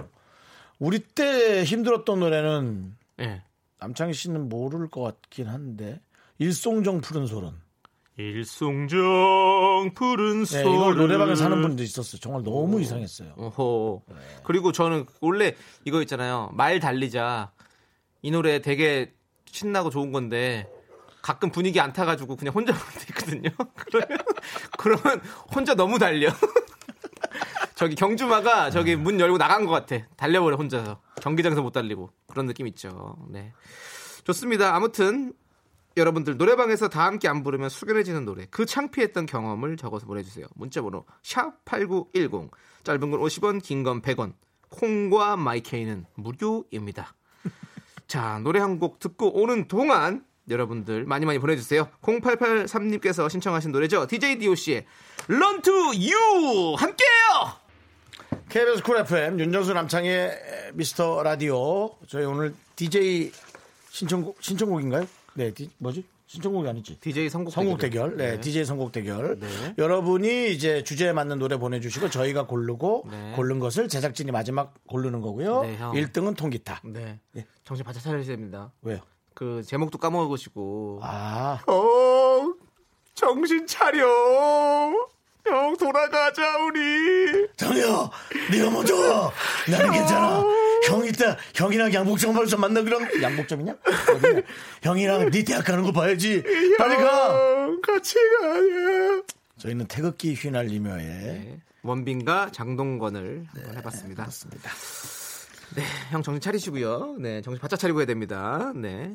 S1: 우리 때 힘들었던 노래는
S2: 예.
S1: 남창희 씨는 모를 것 같긴 한데. 일송정 푸른 소론.
S2: 일송정 푸른
S1: 네,
S2: 소리.
S1: 이걸 노래방에 사는 분도 있었어요. 정말 너무 이상했어요. 네.
S2: 어허. 그리고 저는 원래 이거 있잖아요. 말 달리자. 이 노래 되게 신나고 좋은 건데 가끔 분위기 안 타가지고 그냥 혼자 부를 때 있거든요. [laughs] 그러면, 그러면 혼자 너무 달려. [laughs] 저기 경주마가
S1: 네.
S2: 저기 문 열고 나간 것 같아. 달려버려 혼자서 경기장에서 못 달리고 그런 느낌 있죠. 네, 좋습니다. 아무튼 여러분들 노래방에서 다 함께 안 부르면 숙연해지는 노래 그 창피했던 경험을 적어서 보내주세요 문자번호 샵8910 짧은 건 50원 긴 건 100원 콩과 마이케이는 무료입니다 [laughs] 자 노래 한 곡 듣고 오는 동안 여러분들 많이 많이 보내주세요 0883님께서 신청하신 노래죠 DJ DOC의 Run to You 함께해요
S1: KBS 쿨 FM 윤정수 남창희의 미스터 라디오. 저희 오늘 DJ 신청곡, 신청곡인가요? 네, 디- 뭐지? 신청곡이 아니지.
S2: DJ 선곡,
S1: 선곡 대결. 네, DJ 선곡 대결.
S2: 네.
S1: 여러분이 이제 주제에 맞는 노래 보내주시고 저희가 고르고
S2: 네.
S1: 고른 것을 제작진이 마지막 고르는 거고요.
S2: 네, 형.
S1: 일 1등은 통기타.
S2: 네
S1: 예.
S2: 정신 바짝 차려주셔야 됩니다
S1: 왜요?
S2: 그 제목도 까먹으시고
S1: 아,
S2: 어, 정신 차려. 형, 돌아가자, 우리.
S1: 장이야, 네가 먼저 와. 나는 괜찮아. 형 이따 형이랑 양복점 벌써 만나기로 한- 양복점이냐? 어디냐? 형이랑 네 대학 가는 거 봐야지. 빨리 가.
S2: 형, 어, 같이 가자.
S1: 저희는 태극기 휘날리며에
S2: 네, 원빈과 장동건을 한번 해봤습니다.
S1: 네,
S2: 네,
S1: 그렇습니다.
S2: 형, 정신 차리시고요. 네, 정신 바짝 차리고 해야 됩니다. 네.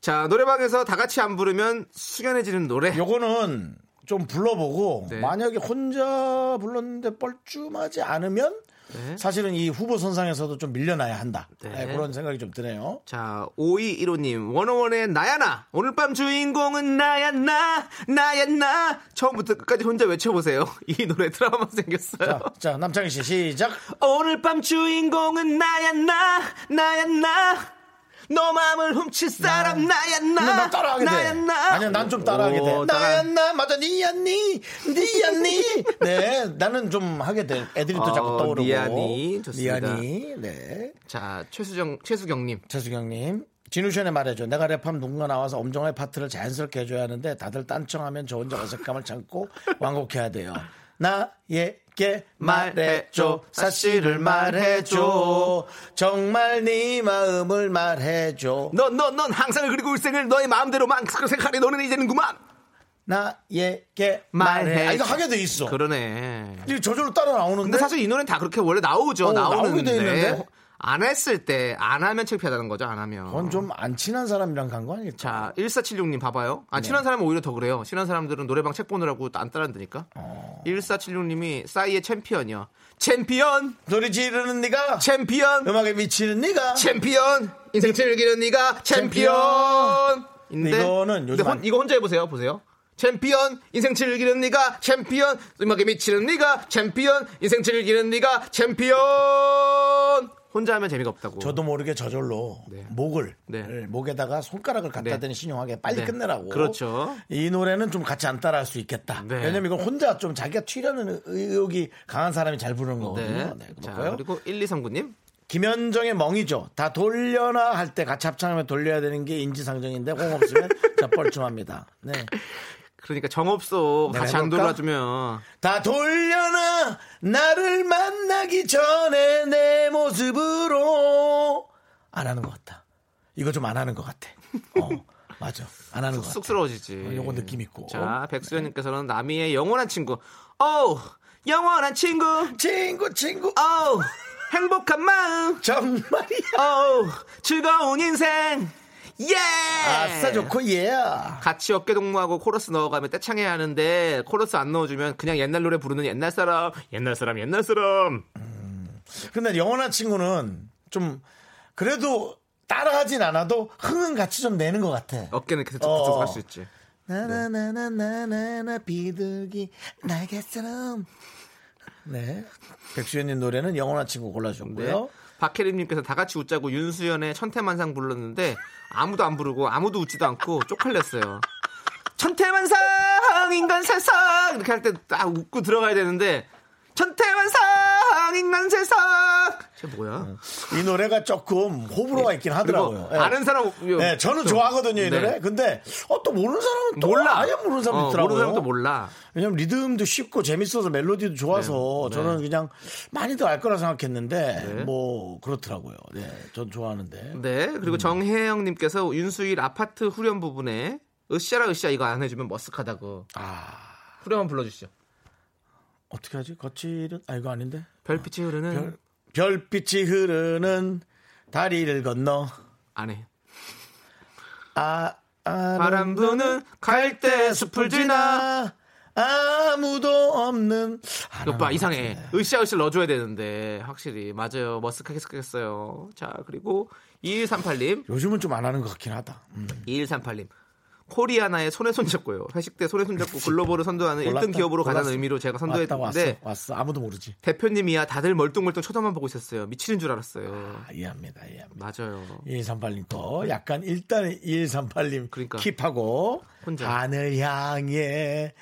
S2: 자, 노래방에서 다 같이 안 부르면 숙연해지는 노래.
S1: 요거는 좀 불러보고
S2: 네.
S1: 만약에 혼자 불렀는데 뻘쭘하지 않으면
S2: 네.
S1: 사실은 이 후보 선상에서도 좀 밀려나야 한다.
S2: 네.
S1: 네, 그런 생각이 좀 드네요.
S2: 자, 5215님, 원어원의 나야나. 오늘 밤 주인공은 나야나, 나야나. 처음부터 끝까지 혼자 외쳐보세요. [laughs] 이 노래 드라마 생겼어요.
S1: 자, 자 남창희 씨 시작.
S2: 오늘 밤 주인공은 나야 나 나야 나 너 마음을 훔칠 사람 나야
S1: 근데
S2: 나.
S1: 나 따라하게 돼.
S2: 나야 나.
S1: 아니야, 난 좀 따라하게 돼.
S2: 오, 따라-
S1: 나야 나 맞아, 니였니? 니였니? 네, 나는 좀 하게 돼. 애들이 또 자꾸
S2: 어,
S1: 떠오르고.
S2: 니아니, 좋습니다.
S1: 니아니, 네.
S2: 자, 최수정 최수경님.
S1: 최수경님. 진우션에 말해줘. 내가 랩하면 누군가 나와서 엄정화의 파트를 자연스럽게 해줘야 하는데 다들 딴청하면 저 혼자 어색함을 참고 완곡해야 돼요. 나에게 말해줘. 사실을 말해줘. 정말 네 마음을 말해줘.
S2: 넌 넌 넌 항상을 그리고 일생을 너의 마음대로만 생각하리 너는 이제는구만.
S1: 나에게 말해.
S2: 말해.
S1: 아, 이거 하게 돼 있어.
S2: 그러네.
S1: 이게 저절로 따라 나오는데.
S2: 근데 사실 이 노래는 다 그렇게 원래 나오죠.
S1: 어, 나오게 돼
S2: 나오는데
S1: 있는데?
S2: 안 했을 때 안 하면 창피하다는 거죠. 안 하면.
S1: 그건 좀 안 친한 사람이랑 간 거 아니겠죠?
S2: 자, 1476님 봐봐요.
S1: 네.
S2: 아, 친한 사람은 오히려 더 그래요. 친한 사람들은 노래방 책 보느라고 안 따라한다니까.
S1: 어.
S2: 1476님이 싸이의 챔피언이요. 챔피언!
S1: 소리 지르는 네가
S2: 챔피언!
S1: 음악에 미치는 네가
S2: 챔피언! 인생 즐기는 네가 챔피언! 인데
S1: 이거는
S2: 근데
S1: 요즘
S2: 혼-
S1: 안-
S2: 이거 혼자 해보세요. 보세요. 챔피언 인생 즐기는 네가 챔피언 음악에 미치는 네가 챔피언 인생 즐기는 네가 챔피언 혼자 하면 재미가 없다고
S1: 저도 모르게 저절로
S2: 뭐. 네.
S1: 목을 예,
S2: 네.
S1: 목에다가 손가락을 갖다
S2: 네.
S1: 대는 신용하게 빨리
S2: 네.
S1: 끝내라고.
S2: 그렇죠.
S1: 이 노래는 좀 같이 안 따라할 수 있겠다.
S2: 네.
S1: 왜냐면 이건 혼자 좀 자기가 튀려는 의욕이 강한 사람이 잘 부르는
S2: 네.
S1: 거거든요. 네.
S2: 자,
S1: 그렇고요.
S2: 그리고 1239님
S1: 김현정의 멍이죠. 다 돌려나 할 때 같이 합창하면 돌려야 되는 게 인지상정인데 공 없으면 [laughs] 자 뻘쭘합니다. 네.
S2: 그러니까 정없어
S1: 내가
S2: 같이 안
S1: 네, 해볼까?
S2: 돌아주면
S1: 다 돌려나 나를 만나기 전에 내 모습으로 안 하는 것 같다. 이거 좀 안 하는 것 같아. 어, 맞아. 안 하는 것 같아.
S2: 쑥스러워지지.
S1: 요거 느낌 있고.
S2: 자 백수현님께서는 남이의 영원한 친구. 오 영원한 친구.
S1: 친구 친구 아,
S2: 오 행복한 마음.
S1: 정말이야.
S2: 오 즐거운 인생. 예.
S1: 아싸 좋고 예. y
S2: 같이 어깨 동무하고 코러스 넣어가면 떼창해야 하는데 코러스 안 넣어주면 그냥 옛날 노래 부르는 옛날 사람 옛날 사람 옛날 사람
S1: 근데 영원한 친구는 좀 그래도 따라하진 않아도 흥은 같이 좀 내는 것 같아.
S2: 어깨는 네. 계속
S1: 어.
S2: 계속 할수 있지
S1: 나나나나나나 비둘기 날개처럼 네 백수현님 노래는 영원한 친구 골라주셨고요
S2: 네. 박혜림님께서 다 같이 웃자고 윤수연의 천태만상 불렀는데 아무도 안 부르고 아무도 웃지도 않고 쪽팔렸어요. [laughs] 천태만상 인간 세상 이렇게 할 때 딱 웃고 들어가야 되는데 천태만상 인간 세상 쟤 뭐야?
S1: 이 노래가 조금 호불호가 네. 있긴 하더라고요
S2: 그리고
S1: 예.
S2: 아는 사람
S1: 네, 저는 좋아하거든요 이
S2: 네.
S1: 노래 근데 어, 또 모르는 사람은 또
S2: 몰라
S1: 아예 모르는 사람
S2: 어,
S1: 있더라고요
S2: 모르는 사람도 몰라.
S1: 왜냐면 리듬도 쉽고 재밌어서 멜로디도 좋아서
S2: 네, 네.
S1: 저는 그냥 많이들 알 거라 생각했는데 뭐 그렇더라고요 네, 전 좋아하는데
S2: 네
S1: 음.
S2: 그리고 정혜영님께서 윤수일 아파트 후렴 부분에 으쌰라 으쌰 이거 안 해주면 머쓱하다고
S1: 아
S2: 후렴 한번 불러주시죠.
S1: 어떻게 하지 거칠은 아 이거 아닌데
S2: 별빛이 흐르는
S1: 별- 별빛이 흐르는 다리를 건너
S2: 안 해.
S1: 아, 아
S2: 바람 부는 갈대 숲을 지나
S1: 아무도 없는 아,
S2: 오빠 이상해 으쌰으쌰 넣어줘야 되는데 확실히 맞아요 머쓱하게 섞였어요 자 그리고 2138님
S1: 요즘은 좀 안 하는 것 같긴 하다 음,
S2: 2138님 코리아나의 손에 손잡고요 회식 때 손에 손잡고 글로벌을 선도하는
S1: 골랐다.
S2: 1등 기업으로 가자는
S1: 골랐어.
S2: 의미로 제가
S1: 왔다,
S2: 선도했는데
S1: 왔어, 왔어 아무도 모르지
S2: 대표님이야 다들 멀뚱멀뚱 쳐다만 보고 있었어요 미치는 줄 알았어요
S1: 아, 이해합니다 이해합니다
S2: 맞아요
S1: 2138님 거 약간 일단 2138님
S2: 그러니까.
S1: 킵하고
S2: 혼자.
S1: 하늘 향해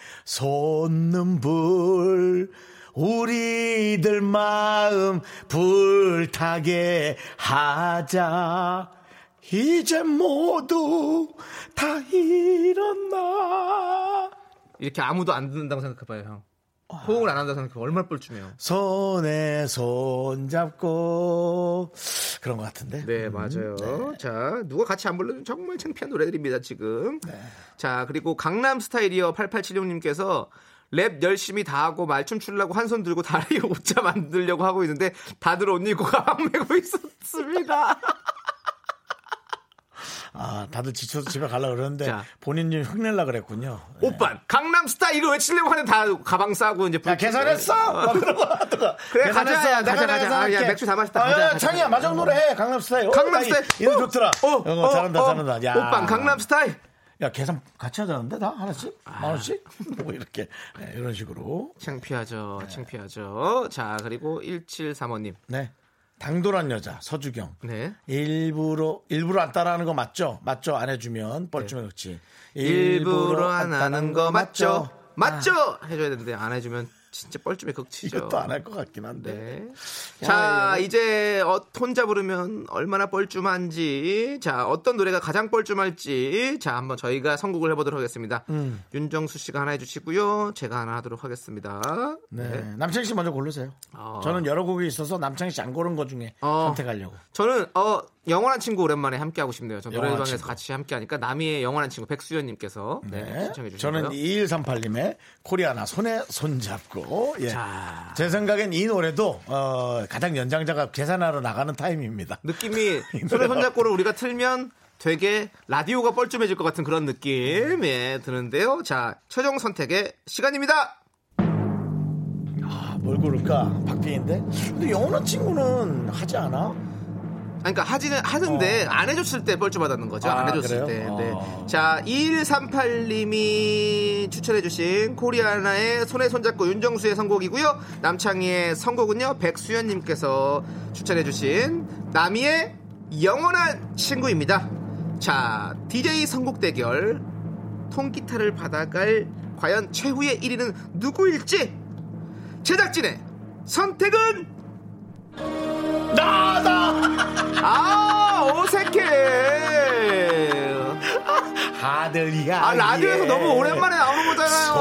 S1: 솟는불 우리들 마음 불타게 하자 이제 모두 다 일어나
S2: 이렇게 아무도 안 듣는다고 생각해봐요 형 호응을 안 한다고 생각해봐 얼마나 뻘쭘해요
S1: 손에 손 잡고 그런 것 같은데
S2: 네, 맞아요. 자, 누가 같이 안 불러주면 정말 창피한 노래들입니다, 지금.
S1: 네.
S2: 자, 그리고 강남 스타일이요. 8876님께서 랩 열심히 다 하고 말춤 추려고 한 손 들고 다리 [laughs] 옷자 만들려고 하고 있는데 다들 옷 입고 가방 메고 있었습니다.
S1: 아 다들 지쳐서 집에 가려고 그러는데
S2: 자.
S1: 본인이 흉낼라 그랬군요
S2: 오빤 강남 스타일 이거 외치려고 하는 다 가방 싸고 이제
S1: 야, 계산했어? 막 그러고 하다가.
S2: 네. 그래,
S1: 계산했어?
S2: 가자,
S1: 내가
S2: 가자,
S1: 내가
S2: 가자. 아, 야,
S1: 할게.
S2: 맥주 다 마셨다.
S1: 아,
S2: 가자,
S1: 야,
S2: 가자,
S1: 창이야,
S2: 가자.
S1: 마정 노래 해. 강남 스타일. 오,
S2: 강남
S1: 나 이-
S2: 스타일
S1: 이 노래
S2: 오,
S1: 좋더라.
S2: 오,
S1: 어,
S2: 오,
S1: 잘한다,
S2: 오.
S1: 잘한다. 야.
S2: 오빤 강남 스타일
S1: 야, 계산 같이 하자는데, 나? 하나씩? 만원씩? [laughs] 뭐, 이렇게. 네, 이런 식으로.
S2: 창피하죠 창피하죠 자 그리고 1735님
S1: 네. 당돌한 여자 서주경.
S2: 네.
S1: 일부러 일부러 안 따라하는 거 맞죠? 맞죠? 안 해주면 뻘쭘해 그렇지.
S2: 네. 일부러 안 하는 거 맞죠?
S1: 맞죠?
S2: 맞죠? 해줘야 되는데 안 해주면 진짜 뻘쭘해 극치죠.
S1: 이것도 안 할 것 같긴 한데.
S2: 네. 자, 이제 어, 혼자 부르면 얼마나 뻘쭘한지, 자, 어떤 노래가 가장 뻘쭘할지, 자, 한번 저희가 선곡을 해보도록 하겠습니다. 윤정수 씨가 하나 해주시고요. 제가 하나 하도록 하겠습니다.
S1: 네. 남창희 씨 먼저 고르세요.
S2: 어.
S1: 저는 여러 곡이 있어서 남창희 씨 안 고른 거 중에
S2: 어.
S1: 선택하려고.
S2: 저는, 어, 영원한 친구 오랜만에 함께하고 싶네요. 저
S1: 영원한
S2: 노래방에서
S1: 친구.
S2: 같이 함께하니까 남이의 영원한 친구 백수연님께서 네, 신청해주셨고요.
S1: 저는 2138님의 코리아나 손에 손잡고. 예.
S2: 자.
S1: 제 생각엔 이 노래도 어, 가장 연장자가 계산하러 나가는 타임입니다.
S2: 느낌이 손에 손잡고를 우리가 틀면 되게 라디오가 뻘쭘해질 것 같은 그런 느낌 예, 드는데요. 자, 최종 선택의 시간입니다.
S1: 아, 뭘 고를까? 박빙인데? 근데 영원한 친구는 하지 않아?
S2: 아니, 그러니까 하지는 하는데 안 해줬을 때 뻘쭘하다는 거죠. 안
S1: 어. 아,
S2: 해줬을
S1: 그래요?
S2: 때.
S1: 어.
S2: 네. 자, 2138님이 추천해주신 코리아나의 손에 손잡고 윤정수의 선곡이고요. 남창희의 선곡은요 백수연님께서 추천해주신 남이의 영원한 친구입니다. 자, DJ 선곡 대결 통기타를 받아갈 과연 최후의 1위는 누구일지 제작진의 선택은 나다. 아 어색해.
S1: 아들이야.
S2: 아 라디오에서
S1: 예.
S2: 너무 오랜만에 나오는 거잖아요.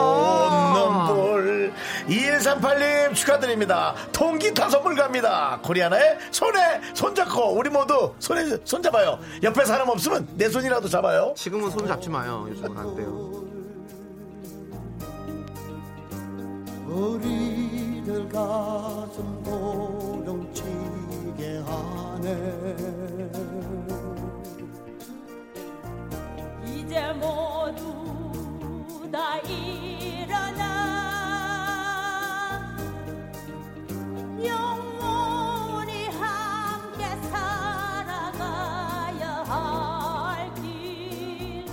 S1: 손넘볼 2138님 축하드립니다. 통기타 선물 갑니다. 코리아나의 손에 손잡고 우리 모두 손에 손잡아요. 옆에 사람 없으면 내 손이라도 잡아요.
S2: 지금은 손 잡지 마요. 요즘은 안 돼요.
S8: 우리를 가슴 도롱치게 하네
S9: 이제 모두 다 일어나 영원히 함께 살아가야 할길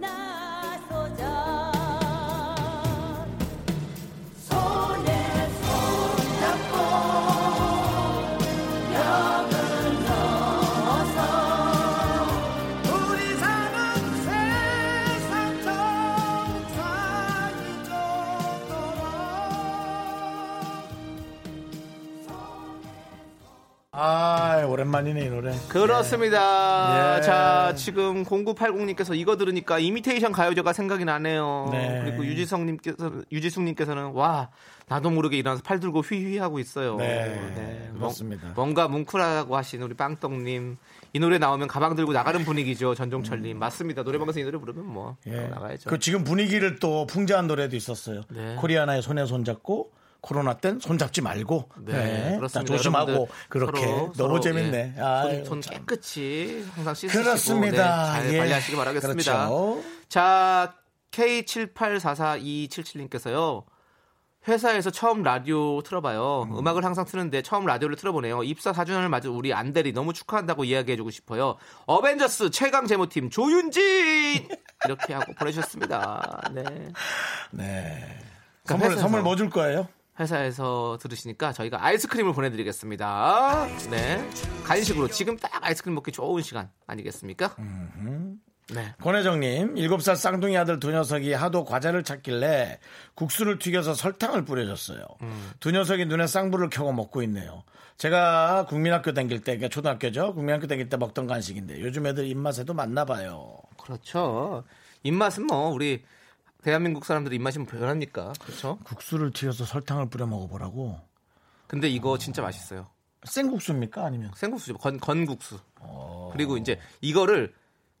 S9: 나서자 손에 손 잡고 벽을 넘어서 우리 사는 세상 정상이 좋도록
S1: 아 오랜만이네 이 노래.
S2: 그렇습니다.
S1: 예.
S2: 자, 지금 0980님께서 이거 들으니까 이미테이션 가요제가 생각이 나네요.
S1: 네.
S2: 그리고 유지성님께서 유지숙님께서는 와 나도 모르게 일어나서 팔 들고 휘휘 하고 있어요.
S1: 네,
S2: 뭔-
S1: 그렇습니다.
S2: 뭔가 뭉클하고 하신 우리 빵떡님 이 노래 나오면 가방 들고 나가는 분위기죠. 전종철님 맞습니다. 노래방에서 이 노래 부르면 뭐
S1: 예.
S2: 나가야죠.
S1: 그 지금 분위기를 또 풍자한 노래도 있었어요.
S2: 네.
S1: 코리아나의 손에 손잡고 코로나 땐 손잡지 말고
S2: 네,
S1: 네, 다
S2: 그렇습니다.
S1: 조심하고
S2: 여러분들
S1: 그렇게
S2: 서로,
S1: 너무
S2: 서로,
S1: 재밌네.
S2: 예,
S1: 아유,
S2: 손, 손
S1: 참.
S2: 깨끗이 항상 씻으시고
S1: 그렇습니다.
S2: 네, 잘
S1: 예.
S2: 관리하시기 바라겠습니다.
S1: 그렇죠.
S2: 자 K78442277님께서요. 회사에서 처음 라디오 틀어봐요. 음. 악을 항상 틀는데 처음 라디오를 틀어보네요. 입사 4주년을 맞은 우리 안대리 너무 축하한다고 이야기해주고 싶어요. 어벤져스 최강 제모팀 조윤진 이렇게 하고 보내주셨습니다. 네.
S1: [laughs]
S2: 그러니까
S1: 네. 선물
S2: 회사에서.
S1: 선물 뭐 줄 거예요?
S2: 회사에서 들으시니까 저희가 아이스크림을 보내드리겠습니다. 네. 간식으로 지금 딱 아이스크림 먹기 좋은 시간 아니겠습니까? 네.
S1: 권혜정님, 7살 쌍둥이 아들 두 녀석이 하도 과자를 찾길래 국수를 튀겨서 설탕을 뿌려줬어요. 두 녀석이 눈에 쌍불을 켜고 먹고 있네요. 제가 국민학교 다닐 때, 그러니까 초등학교죠? 국민학교 다닐 때 먹던 간식인데 요즘 애들 입맛에도 맞나 봐요.
S2: 그렇죠. 입맛은 뭐 우리 대한민국 사람들 입맛이 뭐 변합니까? 그렇죠.
S1: 국수를 튀겨서 설탕을 뿌려 먹어보라고?
S2: 근데 이거 진짜 맛있어요.
S1: 생국수입니까? 아니면?
S2: 생국수죠. 건, 건국수. 그리고 이제 이거를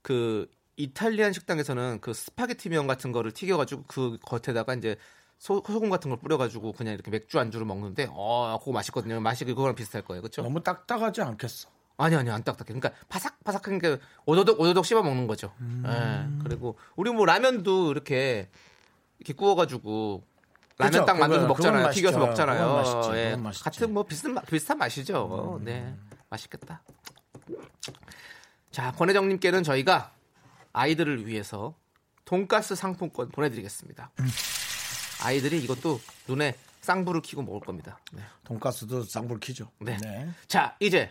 S2: 그 이탈리안 식당에서는 그 스파게티면 같은 거를 튀겨가지고 그 겉에다가 이제 소, 소금 같은 걸 뿌려가지고 그냥 이렇게 맥주 안주로 먹는데 어 그거 맛있거든요. 맛이 그거랑 비슷할 거예요. 그렇죠?
S1: 너무 딱딱하지 않겠어.
S2: 아니 아니 안 딱딱해. 그러니까 바삭바삭한 게 그러니까 오도독 오도독 씹어 먹는 거죠.
S1: 음.
S2: 예. 그리고 우리 뭐 라면도 이렇게 이렇게 구워가지고 라면
S1: 그쵸,
S2: 딱 만들어서
S1: 그렇죠. 그거요.
S2: 먹잖아요.
S1: 그건
S2: 튀겨서
S1: 맛있죠.
S2: 먹잖아요.
S1: 그건 맛있지,
S2: 예.
S1: 그건 맛있지. 음.
S2: 같은 뭐 비슷한 맛- 비슷한 맛이죠. 네, 맛있겠다. 자 권혜정님께는 저희가 아이들을 위해서
S1: 음.
S2: 돈가스 상품권 보내드리겠습니다. 아이들이 이것도 눈에 쌍불을 키고 먹을 겁니다. 네.
S1: 돈가스도 쌍불 키죠.
S2: 네. 자, 이제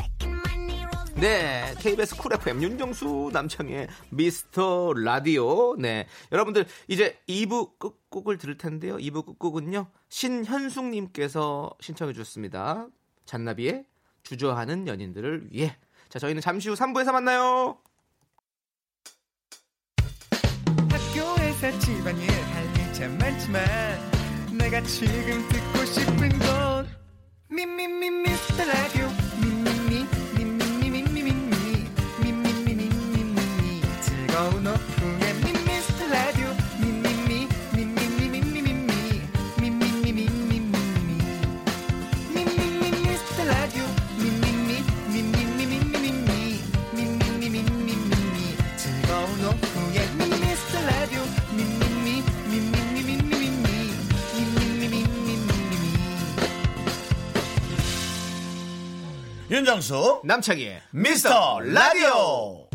S2: 네, KBS 쿨 FM 윤정수 남창의 미스터 라디오. 네, 여러분들 이제 2부 끝곡을 들을 텐데요. 2부 끝곡은요 신현숙님께서 신청해 주셨습니다. 잔나비의 주저하는 연인들을 위해. 자, 저희는 잠시 후 3부에서 만나요.
S10: 학교에서 집안일 할 일 참 많지만 내가 지금 듣고 싶은 건 미미미 미스터 라디오 미미미 미미미 미미미 미미미 미미미 즐거운 오후에 미스터 라디오 미미미 미미미 미미미 미미미 미미미
S1: 윤정수
S2: 남창의
S1: 미스터 라디오.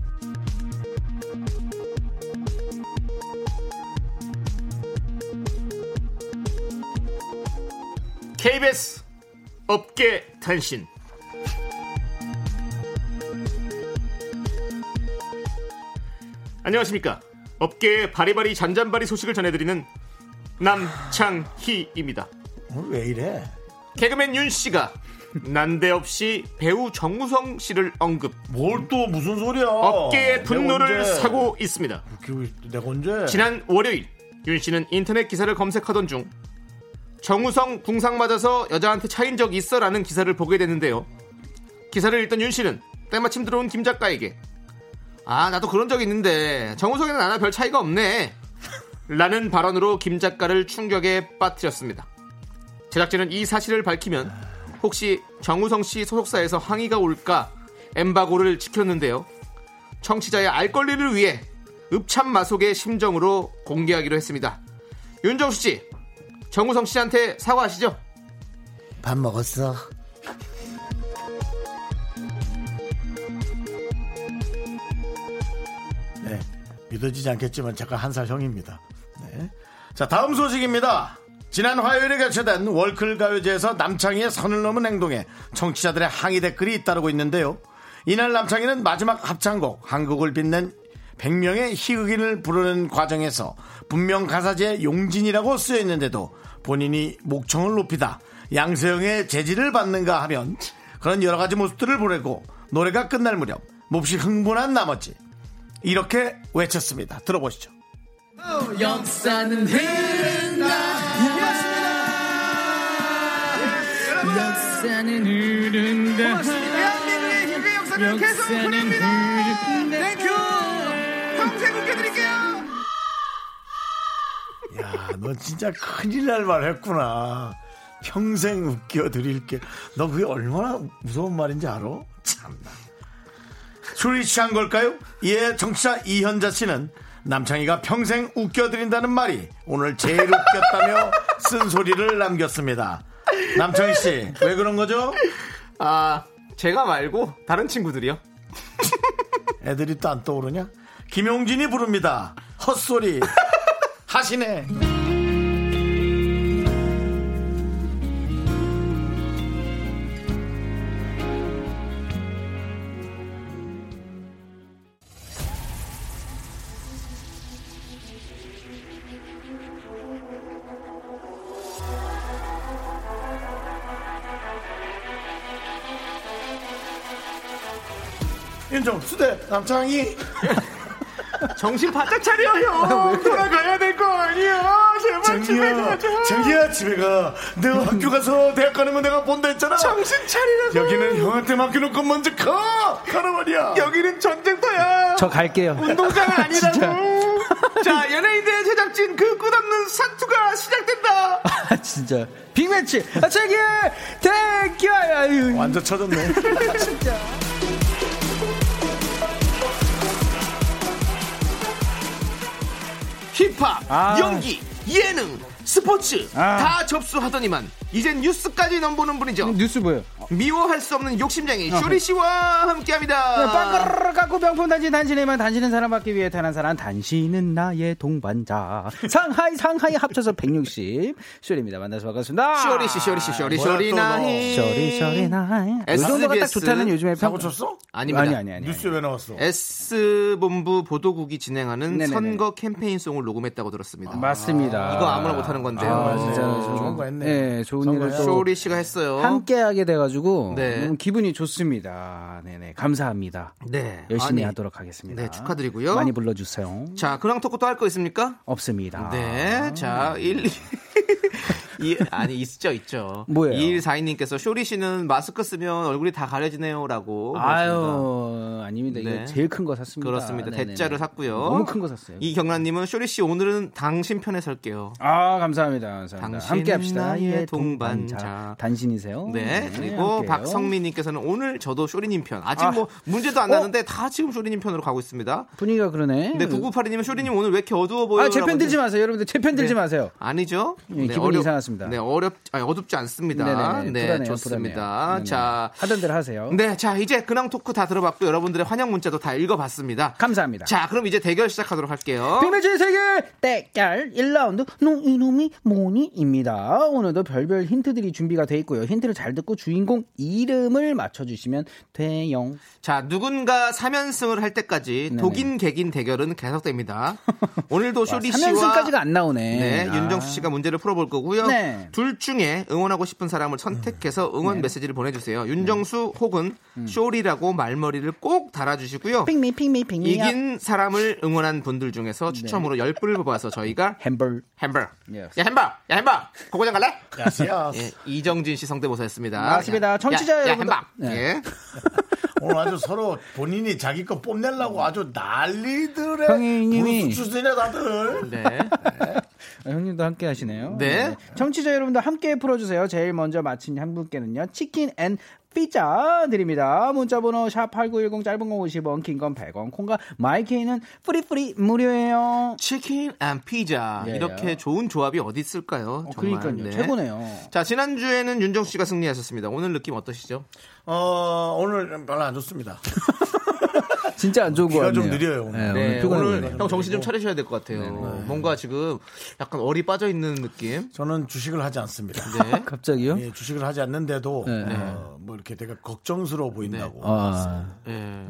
S2: KBS 업계 탄신. 안녕하십니까. 업계의 바리바리 잔잔바리 소식을 전해드리는 남창희입니다.
S1: 오늘 어, 왜 이래?
S2: 개그맨 윤 씨가 난데없이 배우 정우성 씨를 언급.
S1: 뭘 또 무슨 소리야?
S2: 업계의
S1: 어, 내가
S2: 분노를
S1: 언제
S2: 사고 있습니다.
S1: 웃기고 있- 내가 언제?
S2: 지난 월요일 윤 씨는 인터넷 기사를 검색하던 중 정우성 궁상 맞아서 여자한테 차인 적 있어라는 기사를 보게 됐는데요. 기사를 읽던 윤 씨는 때마침 들어온 김 작가에게 아 나도 그런 적 있는데 정우성이랑 나나 별 차이가 없네 라는 발언으로 김 작가를 충격에 빠뜨렸습니다. 제작진은 이 사실을 밝히면 혹시 정우성 씨 소속사에서 항의가 올까 엠바고를 지켰는데요. 청취자의 알 권리를 위해 읍참 마속의 심정으로 공개하기로 했습니다. 윤정수 씨, 정우성 씨한테 사과하시죠.
S1: 밥 먹었어. 네, 믿어지지 않겠지만 잠깐 한 살 형입니다. 네. 자, 다음 소식입니다. 지난 화요일에 개최된 월클 가요제에서 남창희의 선을 넘은 행동에 청취자들의 항의 댓글이 잇따르고 있는데요. 이날 남창희는 마지막 합창곡 한국을 빛낸 100명의 희극인을 부르는 과정에서 분명 가사지에 용진이라고 쓰여 있는데도 본인이 목청을 높이다 양세형의 제지를 받는가 하면 그런 여러 가지 모습들을 보내고 노래가 끝날 무렵 몹시 흥분한 나머지 이렇게 외쳤습니다. 들어보시죠.
S9: 역사는 흐른다 역사는 흐른다
S10: 대한민국의 역사를 계속
S9: 역사는
S10: 흐릅니다.
S9: 흐른다.
S10: 땡큐. 평생 웃겨드릴게요.
S1: 야, 너 진짜 큰일 날 말 했구나. 평생 웃겨드릴게. 너 그게 얼마나 무서운 말인지 알아? 참나. 술이 취한 걸까요? 예, 정치자 이현자 씨는 남창희가 평생 웃겨드린다는 말이 오늘 제일 웃겼다며 쓴소리를 남겼습니다. 남창희 씨, 왜 그런 거죠?
S2: 아, 제가 말고 다른 친구들이요.
S1: 애들이 또 안 떠오르냐? 김용진이 부릅니다. 헛소리. 하시네. 윤정 수대 남창희
S2: [laughs] 아, 정신 바짝 차려 형. 돌아가야 될 걸.
S1: 자기야
S10: 제발 집에 가자.
S1: 자기야 집에 가. 내가 학교 가서 대학 가려면 내가 본다 했잖아.
S10: 정신 차리라고.
S1: 여기는 형한테 맡겨놓고 먼저 가. 가라 말이야.
S10: 여기는 전쟁터야.
S11: 저 갈게요.
S10: 운동장은
S11: 진짜.
S10: 아니라고. 자, 연예인대 제작진 그 끝없는 사투가 시작된다.
S11: 아, 진짜. 빅매치. 아, 자기야 대기야.
S1: 완전 쳐졌네.
S10: 진짜.
S2: 힙합,
S10: 아.
S2: 연기, 예능, 스포츠
S11: 아.
S2: 다 접수하더니만 이젠 뉴스까지 넘보는 분이죠.
S11: 뉴스 뭐예요?
S2: 미워할 수 없는 욕심쟁이
S11: 어. 네,
S2: 쇼리 씨와 함께합니다.
S11: 빵가르르 깎고 명품 단지 단신에만 단신은 사랑받기 위해 태어난 사람 단신은 나의 동반자 상하이 상하이 합쳐서 160 쇼리입니다 만나서 반갑습니다
S2: 쇼리 씨, 쇼리 씨, 쇼리
S11: 아, 뭐야,
S2: 쇼리
S11: 또 너.
S2: 나이.
S11: 쇼리 쇼리 나이 이 정도가 딱
S2: SBS.
S11: 좋다는 요즘에
S2: 사고
S1: 쳤어?
S2: 아닙니다.
S11: 아니 아니 아니
S1: 뉴스 왜 나왔어?
S2: 예. S 본부 보도국이 진행하는
S11: 네네네.
S2: 선거 캠페인송을 녹음했다고 들었습니다.
S11: 아, 맞습니다
S2: 이거 아무나 못하는 건데요.
S11: 아, 진짜
S1: 좋은 거 했네.
S11: 네 좋은 일을 또
S2: 쇼리 씨가 했어요.
S11: 함께하게 돼가지고
S2: 네.
S11: 너무 기분이 좋습니다 네네 감사합니다
S2: 네. 아니,
S11: 열심히 하도록 하겠습니다
S2: 네, 축하드리고요.
S11: 많이 불러주세요
S2: 자, 근황 토크 또 할 거 있습니까?
S11: 없습니다 아.
S2: 네. 자, 1, 2. [laughs] 이, 아니 있죠 있죠.
S11: 뭐예요?
S2: 2142님께서 쇼리 씨는 마스크 쓰면 얼굴이 다 가려지네요라고.
S11: 아유, 아닙니다. 이거
S2: 네.
S11: 제일 큰 거 샀습니다.
S2: 그렇습니다.
S11: 네네네.
S2: 대자를 샀고요.
S11: 너무 큰 거 샀어요.
S2: 이경란님은 쇼리 씨 오늘은 당신 편에 설게요.
S11: 아, 감사합니다. 감사합니다.
S2: 당신은
S11: 함께 합시다.
S2: 나의
S11: 예,
S2: 동반자.
S11: 단신이세요?
S2: 네, 그리고
S11: 음, 함께요.
S2: 박성민님께서는 오늘 저도 쇼리님 편. 아직
S11: 아.
S2: 뭐 문제도 안
S11: 어?
S2: 나는데 다 지금 쇼리님 편으로 가고 있습니다.
S11: 분위기가 그러네.
S2: 근데 9982님은 쇼리님 오늘 왜 이렇게 어두워 보여요?
S11: 아, 제 편 들지 마세요. 여러분들 제 편 들지
S2: 네.
S11: 마세요.
S2: 아니죠?
S11: 예, 기분이 이상하습니다.
S2: 네, 어렵, 아니, 어둡지 않습니다.
S11: 네네네.
S2: 네,
S11: 불안해요,
S2: 좋습니다.
S11: 불안해요. 네네.
S2: 자,
S11: 하던 대로 하세요.
S2: 네, 자 이제 근황 토크 다 들어봤고 여러분들의 환영 문자도 다 읽어봤습니다.
S11: 감사합니다.
S2: 자, 그럼 이제 대결 시작하도록 할게요.
S11: 빅매치 세계 대결 1라운드 너 이놈이 뭐니입니다. 오늘도 별별 힌트들이 준비가 돼 있고요. 힌트를 잘 듣고 주인공 이름을 맞춰주시면 돼요.
S2: 자, 누군가 3연승을 할 때까지
S11: 네네.
S2: 독인 개긴 대결은
S11: [laughs]
S2: 계속됩니다. 오늘도 쇼리 씨와
S11: 3연승까지가 안 나오네.
S2: 네,
S11: 아.
S2: 윤정수 씨가 문제를 풀어볼 거고요.
S11: 네. 음.
S2: 둘 중에 응원하고 싶은 사람을 선택해서 응원 메시지를
S11: 네.
S2: 보내주세요. 윤정수 혹은 쇼리라고 말머리를 꼭 달아주시고요.
S11: 핑미 핑미 핑미
S2: 이긴 사람을 응원한 분들 중에서 추첨으로 열 10분을 뽑아서 저희가
S11: 햄벌
S2: 햄버 야
S11: 네. Yes.
S2: 햄버 야 햄버 고고장 갈래?
S1: 야스야.
S2: 예, 이정진 씨 성대모사였습니다.
S11: 맞습니다.
S2: 야, 야,
S11: 청취자
S2: 야,
S11: 여러분들- 네.
S2: 햄버. 예.
S1: 오늘 아주 서로 본인이 자기 거 뽐내려고 아주 난리들의
S11: 형님이-
S1: 불수추세네 다들.
S11: [laughs]
S2: 네.
S11: 아, 형님도 함께 하시네요.
S2: 네.
S11: 청취자 여러분도 함께 풀어주세요. 제일 먼저 맞힌 한 분께는요. 치킨 앤 피자 드립니다. 문자번호 샵8910 짧은 건 50원, 긴 건 100원, 콩과 마이케이는 프리프리 무료예요.
S2: 치킨 앤 피자
S11: 예.
S2: 이렇게 좋은 조합이 어디 있을까요?
S11: 어,
S2: 정말.
S11: 그러니까요.
S2: 네.
S11: 최고네요.
S2: 자 지난 주에는 윤정수 씨가 승리하셨습니다. 오늘 느낌 어떠시죠?
S1: 어, 오늘 별로 안 좋습니다.
S11: 진짜 안 좋은 거
S1: 비가
S11: 같네요.
S1: 좀 느려요, 오늘.
S11: 네,
S2: 네,
S11: 오늘
S2: 오늘
S11: 피곤해요. 네,
S2: 형 정신 좀 차리셔야 될 것 같아요. 뭔가 지금 약간 얼이 빠져 있는 느낌.
S1: 저는 주식을 하지 않습니다.
S11: [laughs]
S2: 네.
S11: 아, 갑자기요?
S1: 예, 주식을 하지 않는데도
S11: 네.
S1: 어, 뭐 이렇게 되게 걱정스러워 보인다고.
S11: 아,
S2: 예.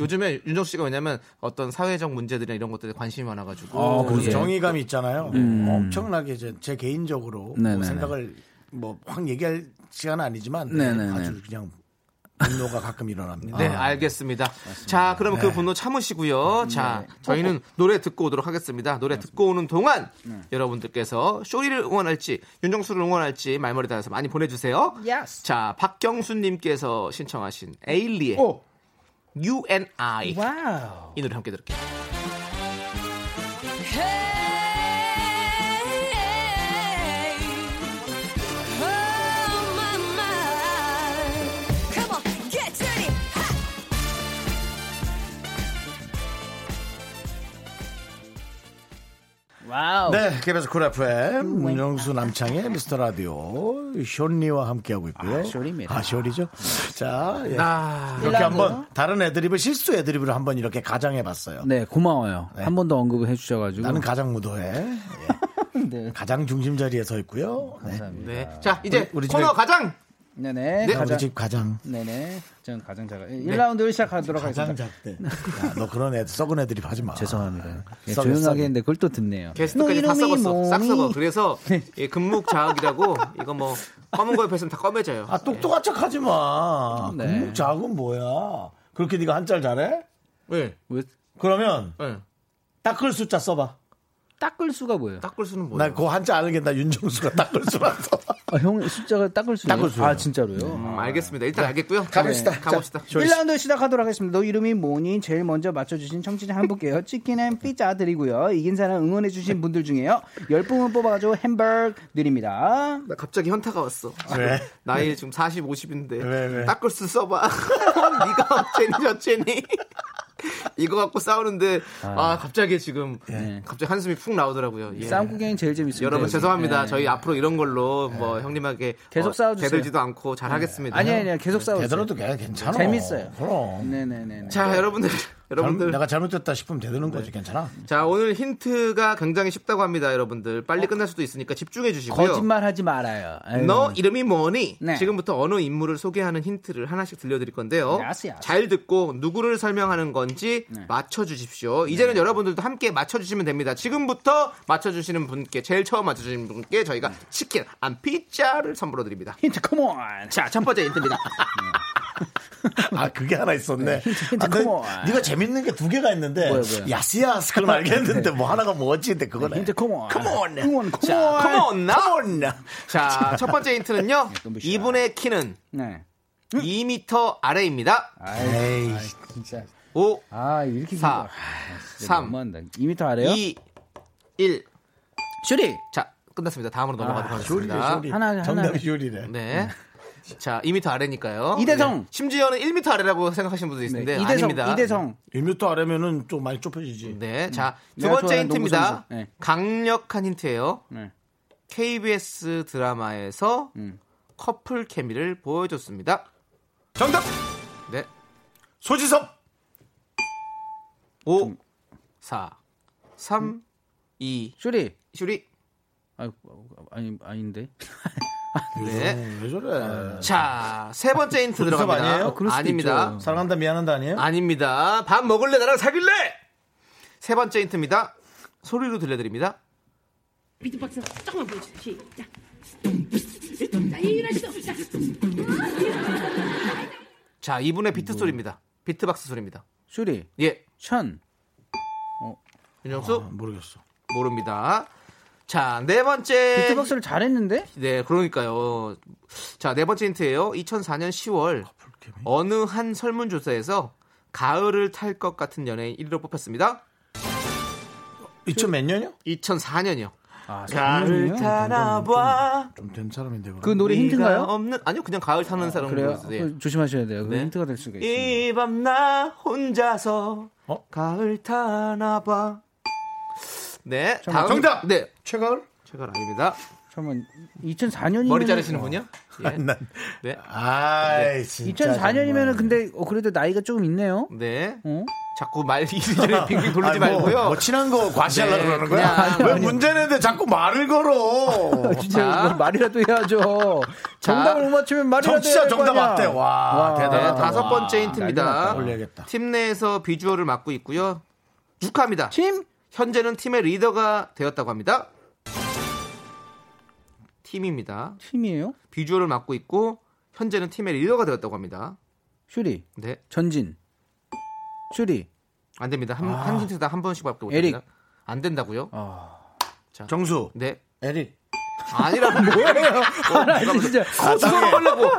S2: 요즘에 윤정수 씨가 왜냐면 어떤 사회적 문제들이나 이런 것들에 관심이 많아가지고
S11: 아,
S1: 그
S11: 그러세요?
S1: 정의감이 있잖아요. 엄청나게 제, 제 개인적으로
S11: 네네네.
S1: 뭐 생각을 뭐 확 얘기할 시간은 아니지만
S11: 네네네.
S1: 아주 그냥 분노가 가끔 일어납니다.
S2: 네, 알겠습니다. 자, 그럼 그 분노 참으시고요. 자, 저희는 노래 듣고 오도록 하겠습니다. 노래 듣고 오는 동안 여러분들께서 쇼리를 응원할지 윤정수를 응원할지 말머리 달아서 많이 보내주세요.
S11: Yes.
S2: 자, 박경수님께서 신청하신 에일리의
S11: 오.
S2: You and I
S11: 와우.
S2: 이 노래 함께 들을게요.
S11: 와우.
S1: 네, KBS 쿨 FM 문영수 남창의 미스터 라디오 쇼리와 함께하고 있고요.
S11: 아, 쇼리입니다.
S1: 아, 쇼리죠. 자, 예.
S2: 아,
S1: 이렇게 한번 다른 애드립을 실수 애드립으로 한번 이렇게 가장해봤어요.
S11: 네, 고마워요. 한 번 더 언급을 해주셔가지고.
S1: 나는 가장 무도해. 예.
S11: [laughs] 네.
S1: 가장 중심 자리에 서 있고요. 네.
S2: 네. 자, 이제
S1: 우리- 우리
S2: 코너
S1: 집에-
S2: 가장
S11: 네네.
S2: 네,
S1: 우리
S11: 가장,
S1: 집 가장
S11: 네네. 저는 가장 작아. 1라운드를 시작하도록
S1: 가장
S11: 하겠습니다.
S1: 작대. 야, 너 그런 애 썩은 애들이 하지 마.
S11: 죄송합니다. 예,
S1: 썩여,
S11: 조용하게
S1: 썩여.
S11: 했는데 그걸 또 듣네요.
S2: 게스트까지
S11: 너
S2: 다
S11: 뭐 이름이
S2: 썩었어. 싹
S11: 뭐니?
S2: 썩어. 그래서 이 금묵자학이라고 이거 뭐 검은 거에 뱉으면 다 검해져요.
S1: 아 똑똑한 척하지 마.
S11: 네.
S1: 금목 작은 뭐야? 그렇게 네가 한자를 잘해?
S11: 뭐
S2: 네.
S11: 왜?
S1: 그러면
S2: 네.
S1: 닦을 숫자 써봐.
S11: 닦을 수가 뭐예요?
S2: 닦을 수는
S1: 나 그거 한자 안 알겠다. 윤정수가 닦을
S11: [laughs]
S1: 수라서.
S11: 아, 형 숫자가 닦을 수
S1: 닦을 수예요.
S11: 아 진짜로요?
S2: 음, 알겠습니다. 일단 알겠고요.
S1: 가봅시다.
S2: 네, 가봅시다.
S11: 1라운드 시작하도록 하겠습니다. 너 이름이 뭐니? 제일 먼저 맞춰주신 청취자 한 분께요. 치킨 앤 피자 드리고요. 이긴 사람 응원해주신 분들 중에요. 10분을 뽑아가지고 햄버거 드립니다.
S2: 나 갑자기 현타가 왔어.
S11: 네.
S1: 왜?
S2: 나이 지금 40, 50인데
S1: 왜, 왜?
S2: 닦을 수 써봐. 어, 네가 어째니
S11: [laughs]
S2: 저째니. 이거 갖고 싸우는데 아, 갑자기 지금
S11: 네.
S2: 네, 갑자기 한숨이 푹 나오더라고요. 예.
S11: 싸움 구경이 제일 재밌습니다.
S2: 여러분
S11: 여기.
S2: 죄송합니다.
S11: 예.
S2: 저희 앞으로 이런 걸로 뭐 형님에게
S11: 네. 계속 싸워주세요. 네.
S2: 대들지도 않고 잘하겠습니다.
S11: 아니 아니 계속 싸우세요.
S1: 되더라도 걔 괜찮아.
S11: 재밌어요. 음,
S1: 그럼.
S11: 네네네.
S2: 자
S1: 여러분들
S2: 여러분들 여러분들
S1: 내가 잘못됐다 싶으면 되드는
S11: 네.
S1: 거지 괜찮아.
S2: 자 오늘 힌트가 굉장히 쉽다고 합니다. 여러분들 빨리 끝날 수도 있으니까 집중해 주시고요.
S11: 어. 거짓말하지 말아요. 아유.
S2: 너 이름이 뭐니?
S11: 네.
S2: 지금부터 어느 인물을 소개하는 힌트를 하나씩 들려드릴 건데요.
S11: 야스, 야스.
S2: 잘 듣고 누구를 설명하는 건지
S11: 네.
S2: 맞춰주십시오. 이제는 여러분들도 함께 맞춰주시면 됩니다. 지금부터 맞춰주시는 분께 제일 처음 맞춰주시는 분께 저희가
S11: 네.
S2: 치킨 안 피자를 선물로 드립니다.
S11: 힌트 컴온.
S2: 자 첫 번째 힌트입니다.
S1: 아 그게 하나 있었네.
S11: 힌트
S1: 아, 너,
S11: 고마워.
S1: 네가 재밌는 게 두 개가 있는데
S11: 뭐야, 뭐야. 네.
S1: 야스야스 그건
S11: [laughs]
S1: 알겠는데 뭐 하나가 뭐지? 근데 그건
S11: [laughs] 힌트 컴온.
S1: 컴온.
S11: 컴온
S2: 자,
S11: 컴온.
S2: 컴온 나.
S1: 나.
S2: 자 첫 번째
S11: [laughs]
S2: 힌트는요.
S11: 눈부시다.
S2: 이분의 키는
S11: 네.
S2: 2m 아래입니다.
S11: 아이 진짜.
S2: 5,
S11: 아 이렇게 긴
S2: 사,
S11: 거. 아, 진짜
S2: 삼,
S11: 너무한다. 2m 아래요?
S2: 2, 1.
S11: 슈리.
S2: 자 끝났습니다. 다음으로
S11: 아,
S2: 넘어가도록 하겠습니다.
S1: 쇼리.
S11: 하나, 하나.
S1: 정답이 쇼리래.
S2: 네. 자, 2m 아래니까요.
S11: 이대성. 네,
S2: 네. 심지어는 1m 아래라고 생각하시는 분도 있는데
S11: 이대성.
S2: 네, 아닙니다.
S11: 이대성. 음.
S1: 1m 아래면은 좀 많이 좁혀지지.
S2: 네. 자, 두
S11: 내가
S2: 번째
S11: 좋아하는
S2: 힌트입니다.
S11: 농구 선수. 네.
S2: 강력한 힌트예요.
S11: 네.
S2: KBS 드라마에서
S11: 음.
S2: 커플 케미를 보여줬습니다.
S1: 정답.
S2: 네.
S1: 소지섭. 음,
S2: 5 4 3 2
S11: 슈리.
S2: 슈리.
S11: 아, 아니 아닌데.
S2: 네.
S1: 음, 왜 저래?
S2: 자, 세 번째 힌트
S1: 조지섭
S2: 들어갑니다.
S1: 아니에요?
S11: 그럴 수도
S2: 아닙니다.
S11: 있죠.
S1: 사랑한다 미안한다 아니에요?
S2: 아닙니다. 밥 먹을래 나랑 사귈래? 세 번째 힌트입니다. 소리로 들려드립니다.
S12: 비트박스 조금만 보여주세요. 시작. 자, 일어나시죠. 자.
S2: 자, 이분의 비트 소리입니다. 비트박스 소리입니다.
S11: 슈리.
S2: 예.
S11: 천.
S2: 윤정수
S1: 아, 모르겠어.
S2: 모릅니다. 자, 네 번째
S11: 아. 비트박스를 잘했는데?
S2: 네, 그러니까요. 자, 네 번째 힌트예요. 2004년 10월
S11: 아,
S2: 어느 한 설문조사에서 가을을 탈 것 같은 연예인 1위로 뽑혔습니다.
S1: 2000몇 년이요?
S2: 2004년이요.
S11: 아,
S2: 가을 타나 봐.
S1: 좀 된 사람인데 그럼.
S11: 그 노래 힌트인가요?
S2: 네가 없는 아니요, 그냥 가을 타는 사람
S11: 그래요.
S2: 노래였어요.
S1: 아,
S2: 예.
S11: 그거 조심하셔야 돼요. 그
S2: 네.
S11: 힌트가 될 수가 있어요.
S2: 이 밤 나 혼자서
S1: 어?
S2: 가을 타나 봐. 네, 다음
S1: 정답!
S2: 네,
S1: 최가을? 음.
S2: 제가 아닙니다.
S11: 잠깐만. 2004년이면
S2: 머리 자르시는 분요?
S1: 아,
S2: 예. 네,
S1: 아이 진짜.
S11: 2004년이면은 근데 어, 그래도 나이가 조금 있네요.
S2: 네.
S11: 어?
S2: 자꾸 말
S1: [laughs]
S2: 이리저리 빙빙 돌리지
S1: 아니, 뭐,
S2: 말고요.
S1: 뭐 친한 거 과시하려고
S2: 네,
S1: 그러는 거야?
S2: 그냥-
S1: 왜 문제는데 자꾸 말을
S2: [laughs]
S1: 걸어?
S11: 진짜 이거 말이라도 해야죠.
S2: 자.
S11: 정답을 못 맞추면 말이라도
S1: 정치자
S11: 해야 될거
S1: 정답
S11: 아니야.
S1: 왔대. 와,
S2: 네,
S1: 대단하다.
S2: 다섯 번째 힌트입니다.
S1: 아, 난리 났다. 올려야겠다.
S2: 팀 내에서 비주얼을 맡고 있고요. 축하합니다.
S11: 팀?
S2: 현재는 팀의 리더가 되었다고 합니다. 팀입니다.
S11: 팀이에요?
S2: 비주얼을 맡고 있고 현재는 팀의 리더가 되었다고 합니다.
S11: 슈리.
S2: 네,
S11: 전진. 슈리.
S2: 안 됩니다. 한, 한 힌트당 한 번씩 받고
S11: 아. 에릭. 아.
S2: 못합니다. 안 된다고요?
S1: 정수,
S2: 네,
S1: 에릭.
S2: 아니라고 [laughs] 뭐예요? 어,
S11: 아, 진짜.
S1: 아,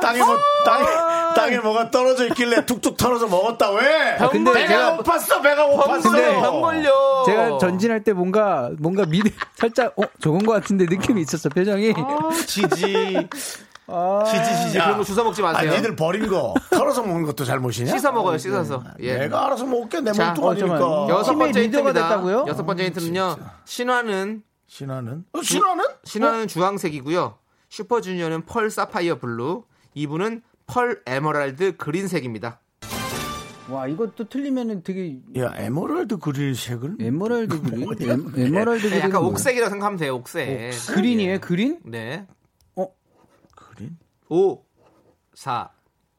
S1: 땅에, 땅에 뭐
S2: 아.
S1: 땅에 땅에 뭐가 떨어져 있길래 툭툭 털어서 먹었다 왜?
S2: 아, 근데
S1: 배가
S2: 제가-
S1: 고팠어 배가
S11: 근데-
S1: 고팠어.
S2: 병 걸려.
S11: 제가 전진할 때 뭔가 뭔가 미래 [laughs] 살짝 어 저건 것 같은데 느낌이 있었어 표정이.
S1: 아,
S2: 지지. 지지지지
S1: 야.
S2: 아. 네, 그런 거 주워 먹지
S1: 아
S2: 마세요.
S1: 니들 버린 거 털어서 먹는 것도 잘못이냐?
S2: 씻어 먹어요. 씻어서. 예.
S1: 내가 알아서 먹을게 내
S2: 자,
S1: 몸뚱 아니니까.
S11: 잠깐만.
S2: 여섯
S11: 팀의
S2: 번째
S11: 리더가
S2: 힌트입니다.
S11: 됐다고요?
S2: 여섯
S1: 음,
S2: 번째 힌트는요. 신화는
S1: 신화는? 어, 신화는?
S2: 신화는 주황색이고요. 슈퍼주니어는 펄 사파이어 블루, 이분은 펄 에메랄드 그린색입니다. 아,
S11: 와 이것도
S2: [laughs]
S11: 틀리면은 되게
S1: 야 에메랄드 그릴색을?
S2: 예.
S11: 에메랄드 그린. 에- 에메랄드 그린.
S2: 네. 약간 옥색이라고 생각하면 돼요. 옥색.
S11: 그린이에요 그린?
S2: 네.
S1: 그린?
S2: 5 4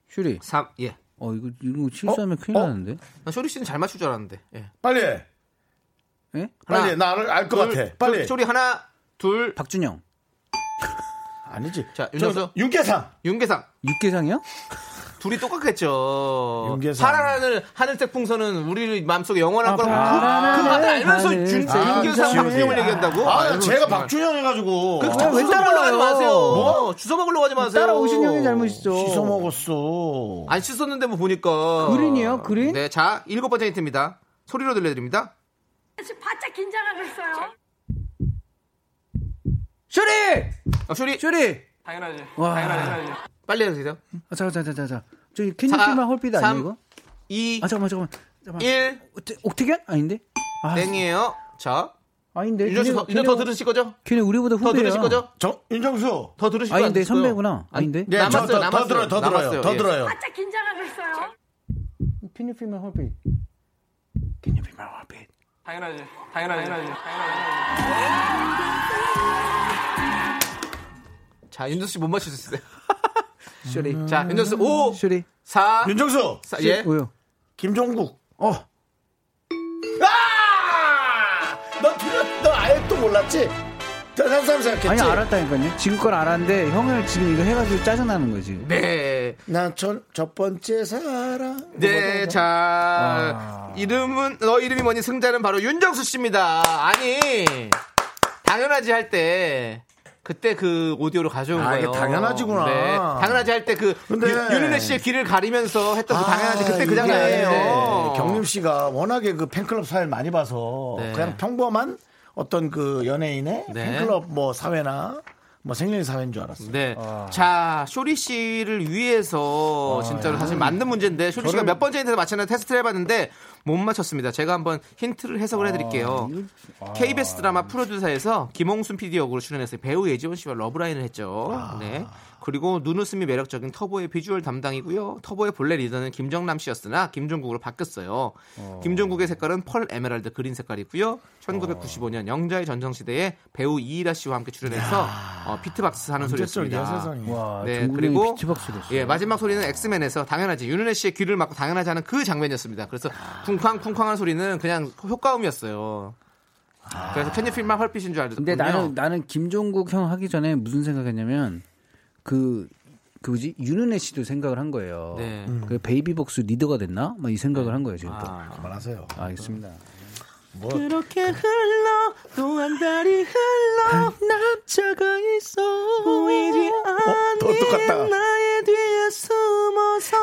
S11: 슈리.
S2: 3 예.
S11: 어 이거 이거 실수하면 큰일
S1: 어?
S11: 나는데.
S2: 나 쇼리 씨는 잘 맞출 줄 알았는데. 예.
S1: 빨리 해.
S11: 예?
S1: 빨리 나알것
S2: 둘,
S1: 같아. 빨리.
S2: 둘, 쇼리 하나, 둘.
S11: 박준영.
S1: 아니지.
S2: 자,
S1: 저,
S2: 윤정수.
S1: 윤계상.
S2: 윤계상.
S11: 육개상이요?
S2: 둘이 똑같겠죠.
S1: 윤계상.
S2: 파란 하늘, 하늘색 풍선은 우리 마음속에 영원한
S1: 아,
S2: 거라고.
S1: 파란
S2: 그, 그
S1: 하늘,
S2: 맛을 알면서
S1: 하늘,
S2: 윤,
S1: 아,
S2: 윤계상
S1: 그치.
S2: 박준영을
S1: 아,
S2: 얘기한다고?
S1: 아,
S2: 아유,
S1: 제가
S2: 정말.
S1: 박준영 해가지고.
S2: 그, 아, 주소 먹으러 가지 마세요. 뭐? 주소 먹으러 가지 마세요.
S11: 따라오신 형이 잘못이죠.
S2: 씻어
S1: 먹었어.
S2: 안 씻었는데 뭐 보니까.
S11: 그린이에요, 그린?
S2: 네, 자, 일곱 번째 힌트입니다. 소리로 들려드립니다.
S12: 지금 바짝 긴장하고 있어요.
S11: 쇼리!
S2: 아, 쇼리!
S11: 쇼리!
S10: 당연하지.
S11: 와.
S10: 당연하지.
S2: 빨리 해주세요.
S11: 아, 잠깐, 잠깐, 잠깐, 잠깐. 저기 캔디피만 홀빛
S2: 삼,
S11: 아니고?
S2: 2,
S11: 아, 잠깐만, 잠깐만. 잠깐만.
S2: 1.
S11: 옥택연? 아닌데? 아,
S2: 땡이에요. 자.
S11: 아닌데.
S2: 네. 윤정수, 더- 윤정수 더 들으실 거죠?
S11: 걔네 우리보다
S2: 더
S11: 후배야.
S2: 들으실 거죠?
S1: 정, 윤정수.
S2: 더 들으실 거
S11: 아닌데,
S2: 안 들으실 거예요?
S11: 선배구나. 아닌데?
S2: 네, 남았어요,
S1: 저 더-
S2: 남았어요.
S1: 더 들어요, 더 들어요,
S2: 남았어요.
S1: 더
S2: 예.
S1: 들어요.
S12: 바짝 긴장하고 있어요.
S11: 피니피만 홀빛.
S10: 당연하지. 당연하지.
S2: 자, 윤정수 씨 못
S11: [laughs]
S2: 맞추셨어요. 쇼리. 자, 윤정수 5,
S11: 음. 쇼리.
S2: 4.
S1: 윤정수.
S2: 사, 예.
S11: 우요.
S1: 김종국.
S11: 어.
S1: 아, 너, 틀렸- 너 아예 또 몰랐지? 대단 사람 생각했지?
S11: 아니, 알았다니까요. 지금 걸 알았는데, 형을 지금 이거 해가지고 짜증나는 거지.
S2: 네.
S1: 난첫 번째 사랑.
S2: 네, 자.
S1: 아.
S2: 이름은, 너 이름이 뭐니? 승자는 바로 윤정수 씨입니다. 아니. 당연하지 할 때. 그때 그 오디오로 가져온
S1: 아, 이게
S2: 거예요.
S1: 당연하지구나.
S2: 네, 당연하지 할 때 그
S1: 근데- 아,
S2: 윤은혜 씨의 귀를 가리면서
S1: 뭐,
S2: 했던 그 당연하지 그때
S1: 이게
S2: 그
S1: 네,
S2: 장면 아니에요.
S1: 경림 씨가 워낙에 그 팬클럽 사회를 많이 봐서
S2: 네.
S1: 그냥 평범한 어떤 그 연예인의
S2: 네.
S1: 팬클럽 뭐 사회나 뭐 생일 사회인 줄 알았어요.
S2: 네. 자, 쇼리 씨를 위해서 진짜로 사실 만든 문제인데 쇼리 씨가 몇 번째 힌트를 맞췄나 테스트를 해봤는데 못 맞췄습니다. 제가 한번 힌트를 해석을 해드릴게요. KBS 드라마 프로듀서에서 김홍순 PD 역으로 출연해서 배우 예지원 씨와 러브라인을 했죠. 네. 그리고 눈웃음이 매력적인 터보의 비주얼 담당이고요. 터보의 본래 리더는 김정남 씨였으나 김종국으로 바뀌었어요. 김종국의 색깔은 펄 에메랄드 그린 색깔이고요. 1995년 영자의 전성시대에 배우 이이라 씨와 함께 출연해서 어, 피트박스 하는 소리였습니다.
S1: 언제적이야, 세상에.
S11: 와,
S2: 네, 그리고 예, 마지막 소리는 엑스맨에서 당연하지 윤은혜 씨의 귀를 막고 당연하지 하는 그 장면이었습니다. 그래서
S1: 아.
S2: 쿵쾅 쿵쾅한 소리는 그냥 효과음이었어요.
S1: 아.
S2: 그래서 캔디필만 헐빛인 줄 알았거든요.
S11: 근데 나는 나는 김종국 형 하기 전에 무슨 생각했냐면 그 그지 윤은혜 씨도 생각을 한 거예요.
S2: 네.
S11: 그 베이비복스 리더가 됐나? 막 이 생각을 한 거예요 지금. 아,
S1: 그만하세요.
S11: 알겠습니다.
S10: 그렇게 흘러 또 한 달이 흘러 남자가 있어 보이지
S1: 또 똑같다.
S10: 않는 나의 뒤에 숨어서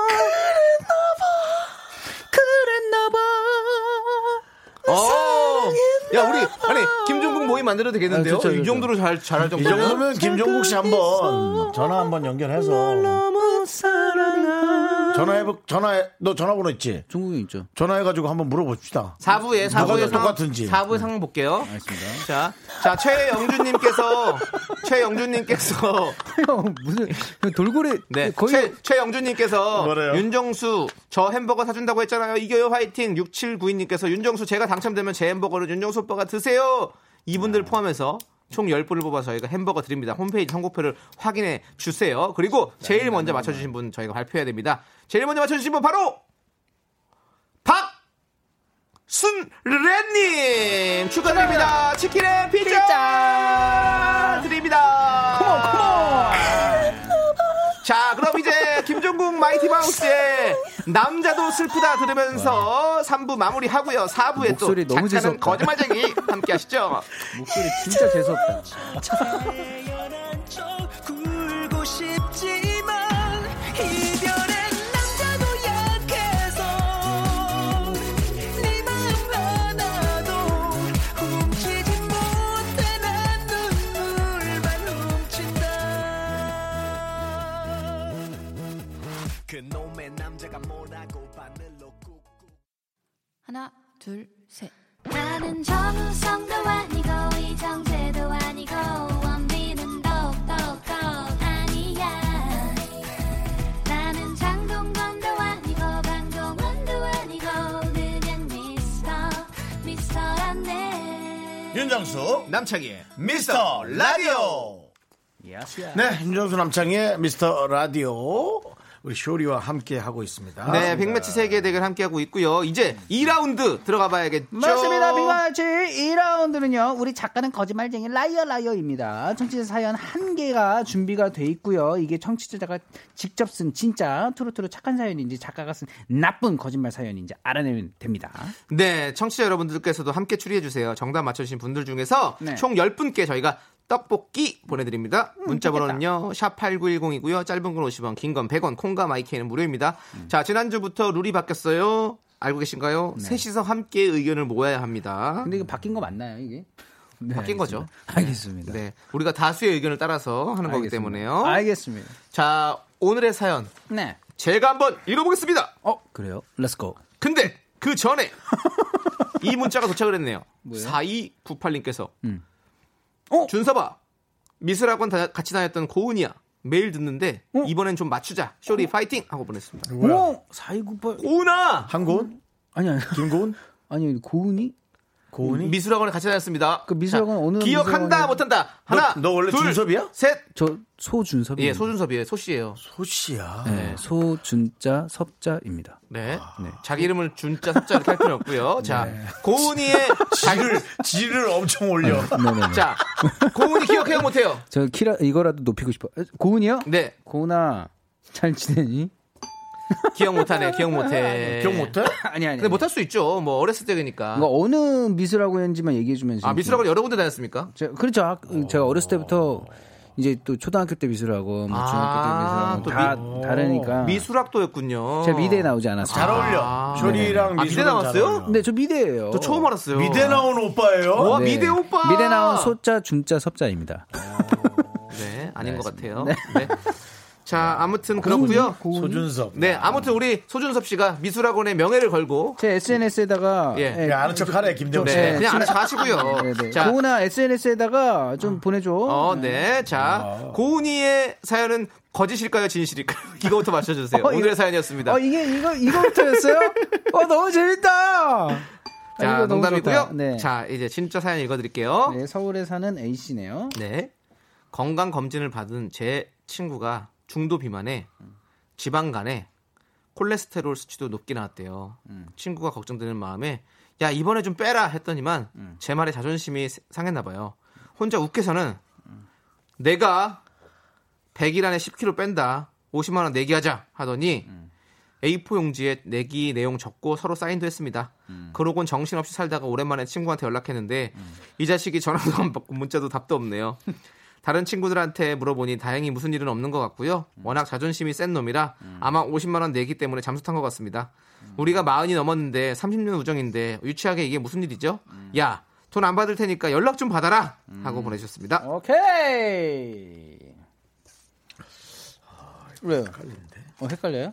S10: 그랬나봐
S2: 어, 야 우리 아니 김종국 모임 만들어도 되겠는데요?
S1: 아, 좋죠,
S2: 이
S1: 좋죠.
S2: 정도로 잘 잘할
S1: 이
S2: 정도면
S1: 정도면 김종국 씨 한번 전화 한번 연결해서
S10: 너무 사랑한
S1: 전화해 전화해 너 전화번호 있지?
S11: 종국 형 있죠.
S1: 전화해가지고 한번 물어봅시다.
S2: 4부에
S1: 누가
S2: 4부에
S1: 더 똑같은지. 아,
S2: 부의 상황 볼게요.
S11: 알겠습니다.
S2: 자, 자 최영준님께서 최영준님께서
S11: [laughs] 형 무슨 형 돌고래
S2: 네.
S11: 거의
S2: 최, 최영준님께서
S1: 뭐래요?
S2: 윤정수 저 햄버거 사준다고 했잖아요. 이겨요 화이팅. 6792님께서 윤정수 제가 당첨되면 제 햄버거를 윤정수 오빠가 드세요. 이분들 포함해서 총 10분을 뽑아 저희가 햄버거 드립니다. 홈페이지 선곡표를 확인해 주세요. 그리고 제일 먼저 맞춰주신 분 저희가 발표해야 됩니다. 제일 먼저 맞춰주신 분 바로 박순래님 축하드립니다. 치킨에 피자, 드립니다. 자, 그럼 이제 김종국 마이티 마우스의 남자도 슬프다 들으면서 3부 마무리 하고요. 4부에 또
S11: 목소리
S2: 작가는
S11: 너무 재수없다.
S2: 거짓말쟁이 함께
S11: [laughs]
S2: 하시죠.
S11: 목소리 진짜 재수없다.
S10: 태연한 척 굴고 싶지만 이별엔 남자도 약해서 네 마음 하나도 훔치지 못해 난 눈물만 훔친다 그놈의 남자가 뭐라고 바늘로 꾹
S3: 하나, 둘, 셋.
S5: 나는 정우성도 아니고 이정재도 아니고 원빈은 더욱더 아니야 나는 장동건도 아니고 강동원도 아니고 그냥 미스터 미스터란데
S1: 윤정수
S2: 남창희의
S1: 미스터 네, 라디오. 네, 윤정수 남창의 미스터 라디오. 우리 쇼리와 함께 하고
S11: 아,
S1: 있습니다.
S2: 네, 빅매치 세계 대결 함께하고 있고요. 이제 2라운드 들어가 봐야겠죠.
S11: 맞습니다. 빅마치 2라운드는요. 우리 작가는 거짓말쟁이 라이어 라이어입니다. 청취자 사연 한 개가 준비가 돼 있고요. 이게 청취자가 직접 쓴 진짜 트로트로 착한 사연인지 작가가 쓴 나쁜 거짓말 사연인지 알아내면 됩니다.
S2: 네, 청취자 여러분들께서도 함께 추리해 주세요. 정답 맞춰주신 분들 중에서
S11: 네. 음,
S2: 총 10분께 저희가 떡볶이 보내드립니다. 문자번호는요, 샵8910이고요. 짧은 건 50원, 긴 건 100원, 콩과 마이크는 무료입니다.
S11: 음.
S2: 자, 지난주부터 룰이 바뀌었어요. 알고 계신가요?
S11: 네.
S2: 셋이서 함께 의견을 모아야 합니다. 근데
S11: 이거 바뀐 거 맞나요, 이게?
S2: 네,
S11: 네,
S2: 바뀐 거죠.
S11: 알겠습니다.
S2: 네. 우리가 다수의 의견을 따라서 하는 거기
S11: 알겠습니다.
S2: 때문에요.
S11: 알겠습니다.
S2: 자, 오늘의 사연.
S11: 네.
S2: 제가 한번 읽어보겠습니다.
S11: 어, 그래요? 렛츠고.
S2: 근데 그 전에 이 문자가 도착을 했네요. 4298님께서
S11: 음.
S2: 준서봐 미술학원 다- 같이 다녔던 고은이야 매일 듣는데 이번엔 좀 맞추자 쇼리 파이팅 하고
S1: 어?
S2: 보냈습니다.
S11: 오! 4298.
S2: 고은아!
S1: 한고은?
S11: 아니, 아니.
S1: 김고은?
S11: 아니, 고은이?
S1: 고은이?
S2: 미술학원에 같이 다녔습니다. 그
S11: 미술학원 어느
S2: 기억한다
S11: 미술학원에-
S2: 못한다 하나
S1: 너, 너 원래
S2: 둘,
S1: 준섭이야?
S2: 셋
S11: 저 소준섭이.
S2: 예, 소준섭이에요. 소씨예요.
S1: 소씨야.
S11: 네, 소준자 섭자입니다.
S2: 네. 자기 이름을 준자 섭자 이렇게 할 필요 없고요. 자, 고은이의
S1: 지를 지를 엄청 올려.
S11: 네네네.
S2: 자, 고은이 기억해요 못해요?
S11: 저 키라 이거라도 높이고 싶어. 에, 고은이요?
S2: 네.
S11: 고은아 잘 지내니?
S2: 기억 못하네. 기억
S1: [laughs]
S2: 못해.
S1: 기억 못해?
S11: [laughs] 아니 아니.
S2: 근데 못할 수 있죠. 뭐 어렸을 때니까.
S11: 이거 어느 미술학원인지만 얘기해 주면
S2: 아 미술학원 여러 군데 다녔습니까?
S11: 제, 그렇죠. 학- 제가 어렸을 때부터 이제 또 초등학교 때 미술학원, 뭐 중학교 때
S2: 아,
S11: 미술학원 다 다르니까.
S2: 미술학도였군요.
S11: 제가 미대에 나오지 않았어요.
S1: 잘 어울려. 쇼리랑
S2: 아, 미대
S1: 미술은 잘 어울려. 어?
S2: 나왔어요?
S11: 네, 저 미대예요.
S2: 저 처음 알았어요.
S1: 미대 나온 오빠예요?
S2: 와
S11: 네.
S2: 미대 오빠.
S11: 미대 나온 소자, 중자, 섭자입니다.
S2: 네 아닌 것 같아요. 네. 자 아무튼 그렇고요.
S1: 소준섭.
S2: 네 아무튼 우리 소준섭 씨가 미술학원의 명예를 걸고
S11: 제 SNS에다가 어,
S2: 예.
S1: 야, 네, 아는 척하래 김대훈 씨.
S2: 네, 그냥 알아서
S11: [laughs]
S2: 하시고요. 자,
S11: 네. 고은아 SNS에다가 좀 보내줘.
S2: 어, 네.
S1: 아.
S2: 자, 고은이의 사연은 거짓일까요, 진실일까요? [laughs] 이거부터 맞춰주세요.
S11: 어, 이거-
S2: 오늘의 사연이었습니다.
S11: 어 이게 이거 [laughs] 이거부터였어요? 어 너무 재밌다. 아,
S2: 자,
S11: 이거 너무
S2: 농담이고요.
S11: 좋다. 네.
S2: 자, 이제 진짜 사연 읽어드릴게요.
S11: 네, 서울에 사는 A 씨네요.
S2: 네. 건강 검진을 받은 제 친구가 중도 비만에 지방간에 콜레스테롤 수치도 높게 나왔대요. 친구가 걱정되는 마음에 야 이번에 좀 빼라 했더니만 제 말에 자존심이 세- 상했나 봐요. 혼자 욱해서는 내가 100일 안에 10kg 뺀다. 50만 원 내기하자 하더니 A4 용지에 내기 내용 적고 서로 사인도 했습니다. 그러곤 정신없이 살다가 오랜만에 친구한테 연락했는데 이 자식이 전화도 안 받고 문자도 답도 없네요. 다른 친구들한테 물어보니 다행히 무슨 일은 없는 것 같고요. 워낙 자존심이 센 놈이라 아마 50만 원 내기 때문에 잠수탄 것 같습니다. 우리가 마흔이 넘었는데 30년 우정인데 유치하게 이게 무슨 일이죠? 야, 돈 안 받을 테니까 연락 좀 받아라 하고
S11: 어,
S2: 보내주셨습니다.
S11: 오케이. 왜요? 어, 헷갈려요?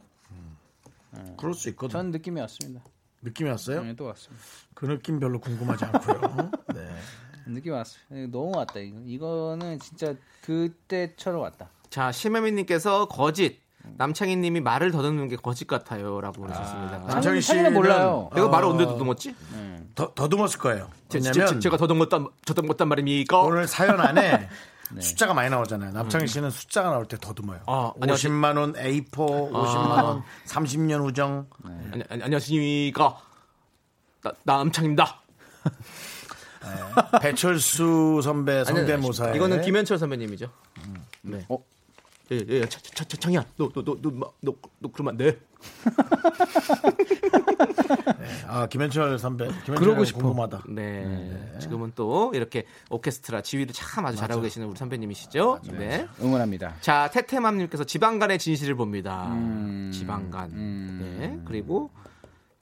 S1: 그럴 수 있거든.
S11: 전 느낌이 왔습니다.
S1: 느낌이 왔어요?
S11: 네, 또 왔습니다.
S1: 그 느낌 별로 궁금하지 않고요. [laughs] 네.
S11: 느낌 왔어요. 이거 너무 왔다. 이거. 이거는 진짜 그때처럼 왔다.
S2: 자, 심혜민님께서 거짓. 남창희님이 말을 더듬는 게 거짓 같아요라고 보내셨습니다.
S1: 아, 남창희
S11: 창희는
S1: 씨는
S11: 몰라요.
S2: 내가 말을 언제 더듬었지?
S1: 더, 더듬었을 거예요.
S2: 제- 제-
S1: 왜냐면
S2: 제가 더듬었단 더듬었단 말입니까?
S1: 오늘 사연
S2: [laughs]
S1: 안에 숫자가 많이 나오잖아요. 남창희 씨는 숫자가 나올 때 더듬어요.
S2: 네. 아, 안녕하세요. 아.
S1: 50만 원 A4, 50만 원, 30년 우정.
S2: 아니, 아니, 안녕하십니까? 나, 남창입니다.
S1: 배철수 선배 성대모사에
S2: 이거는 김현철 선배님이죠. 네.
S11: 어?
S2: 예, 예, 차, 차, 차, 창이야. 너, 너, 너, 너, 너, 너, 너 그러면 안 돼.
S1: 아 김현철 선배 김현철
S11: 그러고 싶어.
S1: 궁금하다.
S2: 네. 지금은 또 이렇게 오케스트라 지휘를 참 아주 잘하고 계시는 우리 선배님이시죠. 네.
S11: 응원합니다.
S2: 자, 태태맘님께서 지방간의 진실을 봅니다. 지방간. 네. 그리고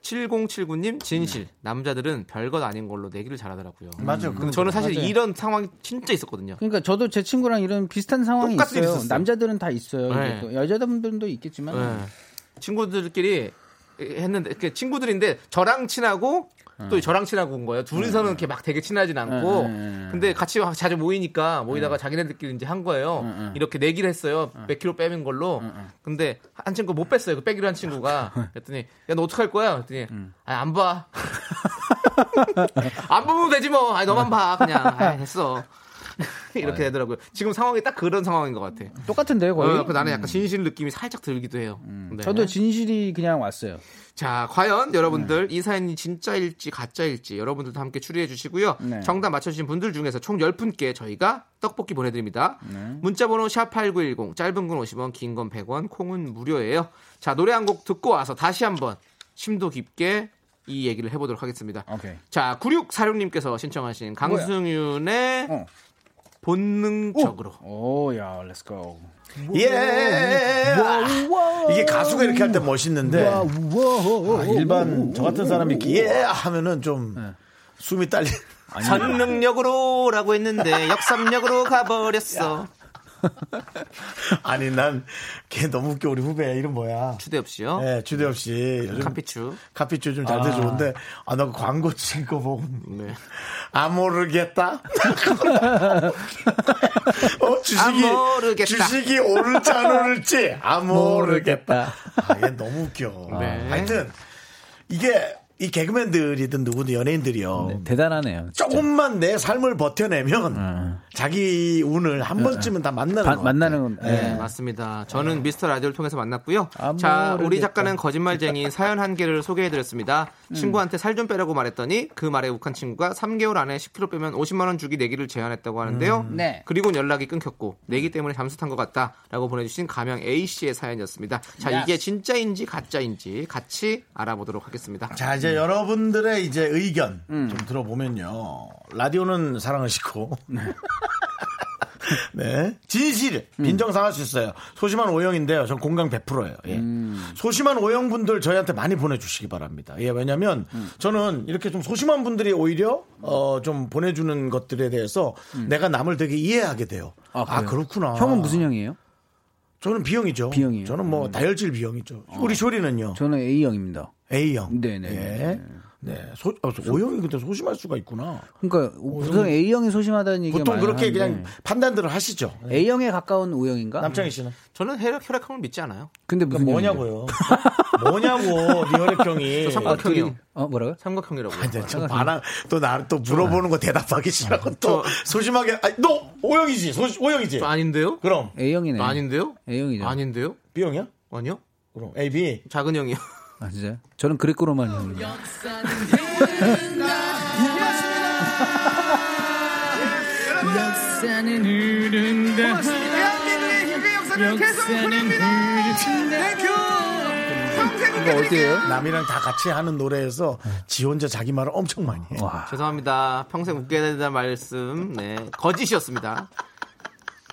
S2: 7079님 진실. 남자들은 별것 아닌 걸로 내기를 잘하더라고요.
S1: 맞아요.
S2: 근데 저는 사실
S11: 맞아요.
S2: 이런 상황이 진짜 있었거든요.
S11: 그러니까 저도 제 친구랑 이런 비슷한 상황이
S2: 똑같이
S11: 있어요.
S2: 있었어요.
S11: 남자들은 다 있어요. 이게
S2: 네.
S11: 또 여자분들도 있겠지만
S2: 예. 친구들끼리 했는데 이렇게 친구들인데 저랑 친하고 또 저랑 친하고 온 거예요. 둘이서는 이렇게 막 되게 친하진 않고
S11: 음.
S2: 근데 같이 와- 자주 모이니까 모이다가 자기네들끼리 이제 한 거예요. 이렇게 내기를 했어요. 몇 킬로 빼는 걸로. 근데 한 친구 못 뺐어요. 그 빼기로 한 친구가. 그랬더니 야 너 어떡할 거야? 그랬더니 아 안 [laughs] 봐. 안 보면 되지 뭐. 아니 너만 봐 그냥. 아 됐어. [laughs] 이렇게 되더라고요. 지금 상황이 딱 그런 상황인 것 같아.
S11: 똑같은데 거의. 음.
S2: 어, 그 나는 약간 진실 느낌이 살짝 들기도 해요. 네.
S11: 저도 진실이 그냥 왔어요.
S2: 자, 과연 여러분들
S11: 네.
S2: 이 사연이 진짜일지 가짜일지 여러분들도 함께 추리해 주시고요.
S11: 네.
S2: 정답 맞춰주신 분들 중에서 총 10분께 저희가 떡볶이 보내드립니다.
S11: 네.
S2: 문자번호 샵8910 짧은 건 50원 긴 건 100원 콩은 무료예요. 자, 노래 한 곡 듣고 와서 다시 한번 심도 깊게 이 얘기를 해보도록 하겠습니다.
S11: 오케이.
S2: 자, 9646님께서 신청하신 강승윤의 본능적으로.
S11: 어. 오, 어, 야, 렛츠고.
S1: 예. 이게 가수가 이렇게 할 때
S11: 네.
S1: 멋있는데 아, 일반 저 같은 사람이 이렇게 예 하면은 좀 숨이 딸리. [laughs]
S2: 전능력으로라고 했는데 역삼력으로 가버렸어.
S1: 아니 난 걔 너무 웃겨 우리 후배 이름 뭐야?
S2: 추대엽 씨요.
S1: 네, 추대엽 씨. 요즘
S2: 카피추.
S1: 카피추 좀 잘
S2: 아.
S1: 돼주는데 아, 나 광고 찍거 보고. 아 모르겠다. 어, 주식이
S2: 아, 모르겠다.
S1: 주식이 오를지 안 오를지 아 모르겠다. 아, 얘 너무 웃겨.
S11: 네.
S1: 하여튼 이게 이 개그맨들이든 누구든 연예인들이요.
S11: 대단하네요.
S1: 조금만 내 삶을 버텨내면 자기 운을 한 번쯤은 다 만나는
S11: 바-
S1: 거
S11: 만나는 건- 예.
S2: 네, 맞습니다.
S11: 네.
S2: 저는 미스터 라디오를 통해서 만났고요.
S11: 아, 뭐
S2: 자, 우리
S11: 모르겠다. 음.
S2: 작가는
S11: [laughs]
S2: 거짓말쟁이 사연 한 개를 소개해드렸습니다. 친구한테 살 좀 빼라고 말했더니 그 말에 욱한 친구가 3개월 안에 10kg 빼면 50만 원 주기 내기를 제안했다고 하는데요.
S11: 음. 네.
S2: 그리고 연락이 끊겼고 내기 때문에 잠수탄 것 같다라고 보내주신 가명 A 씨의 사연이었습니다. 자, 이게 진짜인지 가짜인지 같이 알아보도록 하겠습니다.
S1: 자
S11: 음.
S1: 이제 여러분들의 이제 의견 좀 들어보면요 라디오는 사랑을 싣고 [laughs] 네 진실
S11: 음.
S1: 빈정상할 수 있어요 소심한 오형인데요 전 공감 100%예요 예.
S11: 음.
S1: 소심한 오형 분들 저희한테 많이 보내주시기 바랍니다 예 왜냐하면
S11: 음.
S1: 저는 이렇게 좀 소심한 분들이 오히려 어, 좀 보내주는 것들에 대해서 내가 남을 되게 이해하게 돼요 아, 그렇구나
S11: 음. 형은 무슨 형이에요?
S1: 저는 B형이죠
S11: B형이에요. 음. 어.
S1: 저는 뭐 다혈질 B형이죠 우리 쇼리는요
S11: 저는 A형입니다.
S1: A형
S11: 네네.
S1: 예. 네, 소, 어, 오형이 근데 소심할 수가 있구나.
S11: 그러니까 보통 A형이 소심하다는 얘기가
S1: 보통
S11: 많이
S1: 그렇게
S11: 하는데
S1: 그냥 판단들을 하시죠. 음.
S11: A형에 가까운 O형인가?
S1: 남창희 씨는
S2: 저는 혈액 혈액형을 믿지 않아요.
S11: 근데 무슨 형인데?
S1: [laughs] 뭐냐고요? 뭐냐고 네 리얼액형이.
S11: 네.
S2: 저 삼각형이요.
S11: 어 뭐라고요?
S2: 삼각형이라고.
S1: 아, 저 반항 또나또 물어보는 거 대답하기 싫어하고 또 소심하게 아니, 너 오형이지 소, 오형이지
S2: 저 아닌데요?
S1: 그럼
S11: A형이네.
S2: 저 아닌데요?
S11: A형이죠.
S2: 아닌데요?
S1: B형이야?
S2: 아니요?
S1: 그럼 A B
S2: 작은 형이요.
S11: 아 진짜? 저는 그리코로만 형입니다.
S9: 역사는 흐른다.
S10: 대한민국의 희귀 역사를 계속 흐릅니다.
S9: 흐른다.
S10: 평생
S11: 이거 어디예요?
S1: 남이랑 다 같이 하는 노래에서 지 혼자 자기 말을 엄청 많이 해.
S11: 와.
S2: [laughs] 죄송합니다. 평생 웃게 된다는 말씀. 네. 거짓이었습니다.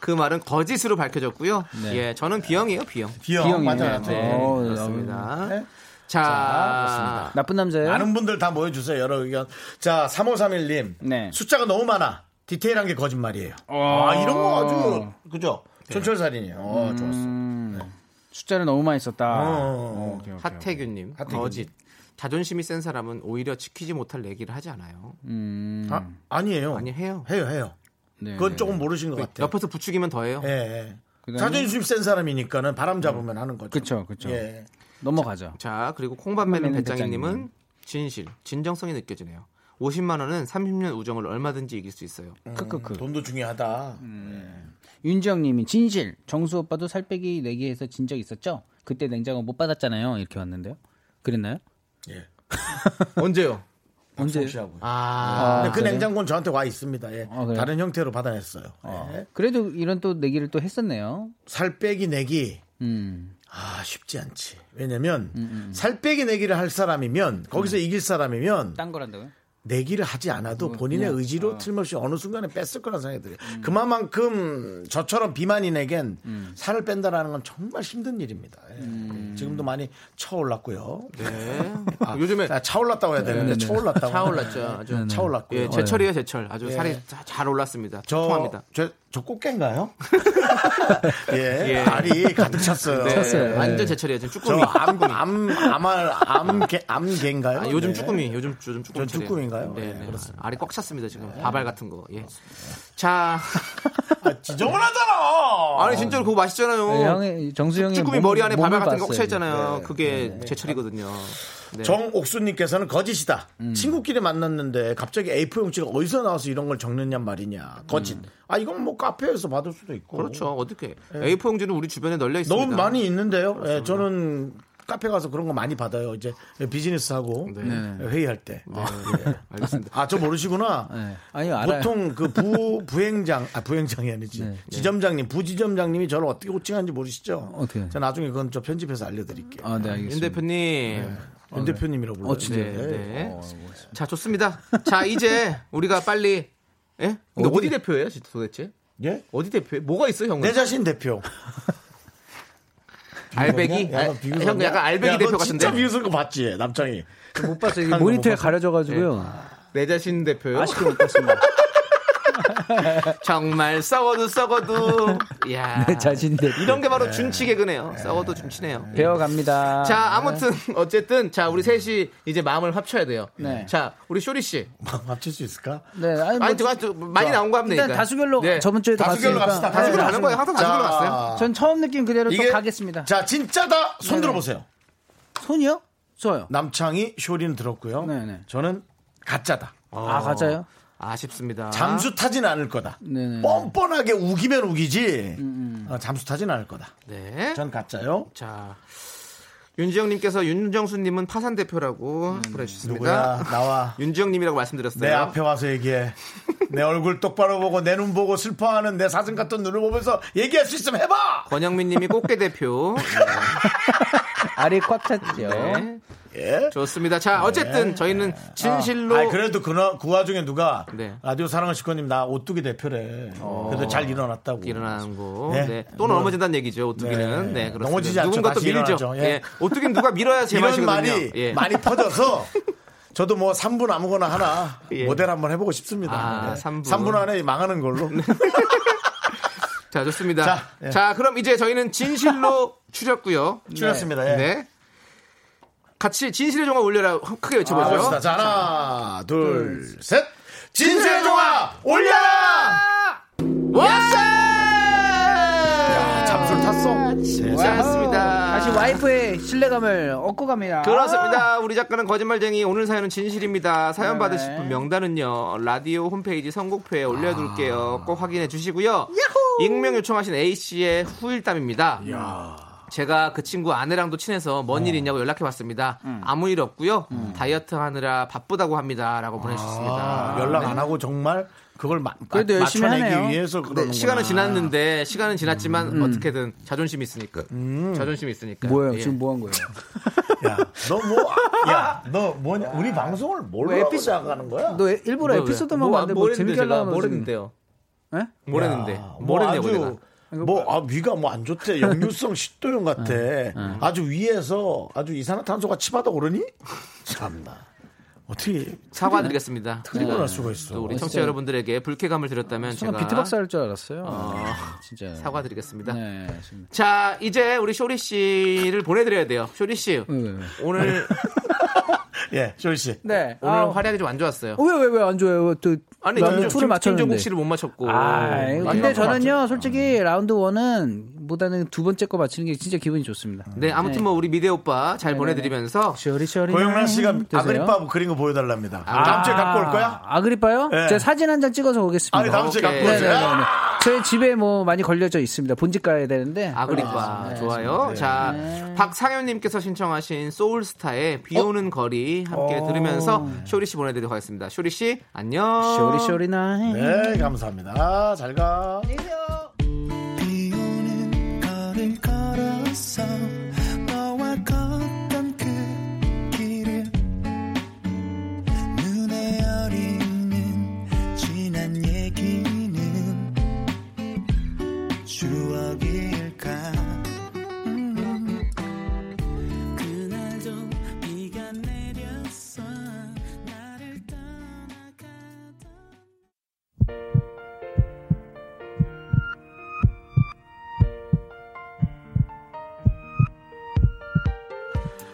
S2: 그 말은 거짓으로 밝혀졌고요. 예, 저는 B형이에요, B형.
S1: B형
S11: B형이네.
S1: 맞아요.
S2: 네,
S11: 어,
S2: 그렇습니다.
S1: 네.
S2: 자,
S1: 그렇습니다.
S11: 나쁜 남자예요?
S1: 많은 분들 다 모여주세요. 여러 의견. 자, 3531님.
S11: 네.
S1: 숫자가 너무 많아. 디테일한 게 거짓말이에요.
S11: 어.
S1: 아, 이런 거 아주, 그죠?
S11: 네.
S1: 촌철살인이에요. 어,
S11: 음.
S1: 좋았어.
S11: 숫자를 너무 많이 썼다.
S1: 어.
S11: 아, 오케이, 오케이, 오케이.
S2: 하태균님, 거짓. 자존심이 센 사람은 오히려 지키지 못할 얘기를 하지 않아요.
S11: 음.
S1: 아, 아니에요.
S2: 아니, 해요.
S1: 해요, 해요.
S11: 네.
S1: 그건 조금 모르신 것 같아요.
S2: 옆에서 부추기면 더해요.
S1: 예, 예.
S11: 그다음에- 음.
S1: 자존심 센 사람이니까는 바람 잡으면 하는 거죠.
S11: 그쵸, 그쵸.
S1: 예.
S11: 넘어가죠.
S2: 자, 그리고 콩밥매는
S11: 콩밥매는
S2: 배짱이님은 진실, 진정성이 느껴지네요. 50만 원은 30년 우정을 얼마든지 이길 수 있어요.
S11: 크크크. 음.
S1: 돈도 중요하다.
S11: 윤지영님이 진실. 정수 오빠도 살 빼기 내기해서 진 적 있었죠? 그때 냉장고 못 받았잖아요. 이렇게 왔는데요. 그랬나요?
S1: 예.
S2: 언제요?
S11: 언제?
S1: 혹시하고요.
S2: 아,
S1: 근데 그
S11: 그래요?
S1: 냉장고는 저한테 와 있습니다. 예.
S11: 아, 그래요?
S1: 다른 형태로 받아냈어요. 예.
S11: 그래도 이런 또 내기를 또 했었네요.
S1: 살 빼기 내기
S11: 음.
S1: 아 쉽지 않지. 왜냐면 살 빼기 내기를 할 사람이면 거기서 이길 사람이면
S11: 음. 딴 거란다고요?
S1: 내기를 하지 않아도 본인의 의지로 틀림없이 어느 순간에 뺐을 거란 생각이 들어요. 그만큼 저처럼 비만인에겐 살을 뺀다라는 건 정말 힘든 일입니다. 예. 지금도 많이 차올랐고요.
S2: 네. 아, 요즘에
S1: 아, 차올랐다고 해야 되는데 차올랐다고.
S2: 차올랐죠. 아주
S1: 네, 네. 차올랐고요.
S2: 예, 제철이에요, 제철. 아주 살이 자- 잘 올랐습니다.
S1: 저,
S2: 통합니다.
S1: 저, 저
S2: [laughs]
S1: 꽃게인가요? 예,
S2: 예.
S1: 알이 가득 찼어요.
S2: 네,
S11: 찼어요.
S2: 완전 제철이에요. 지금
S1: 저
S2: 쭈꾸미.
S1: 암, 암, 암알, 암개, 암개인가요?
S2: 아, 요즘
S1: 네.
S2: 쭈꾸미, 요즘 요즘 쭈꾸미.
S1: 전 쭈꾸미인가요?
S2: 네,
S1: 네,
S2: 네.
S1: 그렇습니다.
S2: 알이 꽉 찼습니다 지금. 밥알 같은 거. 예. 자, [laughs]
S1: 아, 지정을 하잖아!
S2: 아니 진짜로 그거 맛있잖아요.
S11: 형의 정수 형의
S2: 쭈꾸미
S11: 몸-
S2: 머리 안에
S11: 몸을
S2: 밥알 같은 거 꽉차
S11: 봤어요.
S2: 있잖아요. 그게 제철이거든요. 네. 음.
S1: 정옥수님께서는 거짓이다. 친구끼리 만났는데 갑자기 A4 용지가 어디서 나와서 이런 걸 적느냐 말이냐. 거짓. 아 이건 뭐 카페에서 받을 수도 있고.
S2: 음. 그렇죠. 어떻게
S1: 예.
S2: A4 용지는 우리 주변에 널려 있습니다.
S1: 너무 많이 있는데요. 예, 저는 카페 가서 그런 거 많이 받아요. 이제 비즈니스 하고
S2: 네.
S1: 회의할 때.
S2: 알겠습니다.
S1: 아 저 모르시구나.
S2: 네.
S11: 예. 아니요, 알아요.
S1: 보통 그 부 부행장 아 부행장이
S2: 네,
S1: 아니지 지점장님 부지점장님이 저를 어떻게 호칭하는지 모르시죠?
S11: 어떻게?
S1: 저 나중에 그건 저 편집해서 알려드릴게요.
S11: 아, 네,
S2: 윤
S11: 알겠습니다.
S2: 대표님.
S1: 윤 대표님이라고 불러요.
S2: 아, 네, 네.
S11: 어,
S2: 자 좋습니다. 자 이제 우리가 빨리 예? 근데 어디, 대표예요 진짜 도대체?
S1: 예?
S2: 어디 대표예요? 뭐가 있어 형?
S1: 내 자신 대표.
S2: 알배기?
S1: 약간
S2: 아,
S1: 비웃었냐?
S2: 형 약간 알배기
S1: 야, 너
S2: 대표 같은데.
S1: 진짜 비웃은 거 봤지 남창이.
S11: 그
S2: 못 봤어요. 이게
S11: 모니터에
S2: 못 봤어요.
S11: 가려져가지고요.
S2: 내 자신 대표요.
S11: 아쉽게 못 봤습니다.
S2: 정말 싸워도
S11: [laughs]
S2: 싸워도 야.
S11: 내 네, 자신 대표.
S2: 이런 게 바로 준치 개그네요. 싸워도 준치네요. 예.
S11: 배워갑니다.
S2: 자 아무튼 어쨌든 자 우리 셋이 이제 마음을 합쳐야 돼요.
S11: 네.
S2: 자 우리 쇼리 씨.
S1: 맞출 수 있을까?
S11: 네, 아니, 뭐,
S2: 아니 저, 저, 많이 나온 거 하면 되니까.
S11: 일단 다수결로
S2: 네.
S11: 저번 주에도
S1: 다수결로
S11: 갔으니까.
S1: 갑시다.
S2: 다수결
S11: 네,
S2: 하는 거예요. 항상 다수결로
S1: 자,
S2: 갔어요.
S11: 전 처음 느낀 그대로 또 가겠습니다.
S1: 자 진짜다
S11: 네,
S1: 손 들어보세요.
S11: 손이요?
S1: 어.
S11: 저요.
S1: 남창이 쇼리는 들었고요.
S11: 네네.
S1: 저는 가짜다.
S11: 아, 가짜요?
S2: 어, 아쉽습니다.
S1: 잠수 타진 않을 거다.
S11: 네네. 음,
S1: 뻔뻔하게 우기면 우기지. 어, 잠수 타진 않을 거다.
S2: 네.
S1: 전 가짜요.
S2: 자 윤지영님께서 윤정수님은 파산 대표라고
S1: 음, 누구야
S2: 보내주셨습니다.
S1: 나와.
S2: [laughs] 윤지영님이라고 말씀드렸어요.
S1: 내 앞에 와서 얘기해. 내 얼굴 똑바로 보고 내 눈 보고 슬퍼하는 내 사슴 같은 눈을 보면서 얘기할 수 있으면 해봐.
S2: 권영민님이 꽃게
S1: [laughs]
S2: 대표.
S11: 알이 꽉 찼죠.
S2: 네.
S1: 예.
S2: 좋습니다. 자 어쨌든 저희는 진실로
S1: 네. 아 그래도 그, 나- 그 와중에 누가
S2: 네.
S1: 라디오 사랑을 식구님 나 오뚜기 대표래. 그래도 잘 일어났다고.
S2: 일어나는 거.
S1: 네.
S2: 네. 또 넘어진다는 얘기죠. 오뚜기는.
S1: 네.
S2: 네, 그렇습니다.
S1: 넘어지지 않죠.
S2: 누군가 또
S1: 다시
S2: 밀죠.
S1: 일어나죠. 예.
S2: 예. 오뚜기는 누가 밀어야
S1: [laughs] 이런
S2: 제맛이거든요.
S1: 말이
S2: 예.
S1: 많이 퍼져서 저도 뭐 3분 아무거나 하나
S2: 예.
S1: 모델 한번 해보고 싶습니다.
S2: 아,
S1: 네.
S2: 3분.
S1: 3분 안에 망하는 걸로. [laughs]
S2: 자, 좋습니다.
S1: 자,
S2: 자,
S1: 예.
S2: 그럼 이제
S1: [laughs]
S2: 저희는 진실로 추렸고요.
S1: 줄였습니다. 예.
S2: 네. 같이 진실의 종합 올려라 크게
S1: 아,
S2: 외쳐보죠.
S1: 봅시다. 자, 하나, 둘, 셋. 진실의 종아 올려라!
S2: 왔어!
S1: 잠수를 탔어.
S2: 잘했습니다.
S11: 다시 와이프의 신뢰감을 얻고 갑니다.
S2: 그렇습니다. 우리 작가는 거짓말쟁이 오늘 사연은 진실입니다. 사연 받으실 분 명단은요. 라디오 홈페이지 선곡표에 올려둘게요. 꼭 확인해 주시고요. 익명 요청하신 A씨의 후일담입니다. 제가 그 친구 아내랑도 친해서 뭔 일 있냐고 연락해 봤습니다. 아무 일 없고요. 다이어트 하느라 바쁘다고 합니다라고 보내주셨습니다. 네.
S1: 아, 연락 안 하고 정말 그걸 마, 마,
S11: 그래도 열심히
S1: 맞춰내기
S11: 하네요.
S1: 위해서
S2: 근데
S1: 그러는
S2: 시간은 지났는데 시간은 지났지만 어떻게든 자존심이 있으니까 자존심이 있으니까
S11: 음. 그, 뭐예요?
S2: 예.
S11: 지금 뭐 한 거예요?
S1: 야, 너 뭐, 야, 너 뭐냐? 우리 방송을 뭘로
S11: 왜
S1: 하고
S11: 에피소-
S1: 시작하는 뭐 거야?
S11: [laughs] 너 일부러 에피소드만
S2: 뭐,
S11: 만들고
S2: 뭐
S11: 재밌게
S2: 했는데 제가
S11: 하려고
S2: 뭘
S11: 그러는데.
S2: 했는데요?
S11: 예?
S2: 뭘뭐 했는데
S1: 야, 뭐
S2: 뭘 했냐고
S1: 아주
S2: 내가
S1: 뭐, 아, 위가 뭐 안 좋대. 역류성 식도염 같아. 아주 위에서 아주 이산화탄소가 치받아 오르니? 참나. 어떻게
S2: 사과드리겠습니다. 예.
S1: 그리고 날 수가 있어.
S2: 또 우리 청취자 여러분들에게 불쾌감을 드렸다면
S11: 순간
S2: 제가 아,
S11: 비트박스 할 줄 알았어요. 진짜.
S2: 사과드리겠습니다.
S11: 네. 알겠습니다.
S2: 자 이제 우리 쇼리 씨를 보내드려야 돼요. 쇼리 씨
S11: 왜, 왜, 왜?
S2: 오늘
S1: 예, 쇼리 씨.
S11: 음. 네.
S2: 오늘
S11: 아,
S2: 활약이 좀 안 좋았어요.
S11: 왜왜 왜 안 좋아요? 또
S2: 아니
S11: 라운드
S2: 김-
S11: 투를
S2: 김-
S11: 맞췄는데.
S2: 김종국 씨를 못 맞췄고.
S11: 아, 근데
S2: 마지막 거 맞췄-
S11: 저는요, 솔직히 라운드 원은 보다는 두 번째 거 맞히는 게 진짜 기분이 좋습니다.
S2: 네 아무튼 뭐 우리 미대 오빠
S11: 네,
S2: 잘 보내드리면서
S11: 쇼리 쇼리.
S1: 고영란 씨가
S11: 드세요. 아,
S1: 아그리빠 그린 거 보여달랍니다. 다음 주에 갖고 올 거야?
S11: 아그리빠요?
S1: 네.
S11: 제가 사진 한 장 찍어서 오겠습니다.
S1: 아니, 다음 주에
S2: 오케이.
S1: 갖고 오세요.
S11: 네네네. 저희 집에 뭐 많이 걸려져 있습니다. 본집 가야 되는데.
S2: 아그리빠
S11: 네,
S2: 좋아요. 자 박상현님께서 신청하신 소울스타의 비오는 거리 함께
S11: 어.
S2: 들으면서 쇼리 씨 보내드리도록 하겠습니다. 쇼리 씨 안녕.
S11: 쇼리 쇼리 나이.
S1: 네, 감사합니다. 잘 가.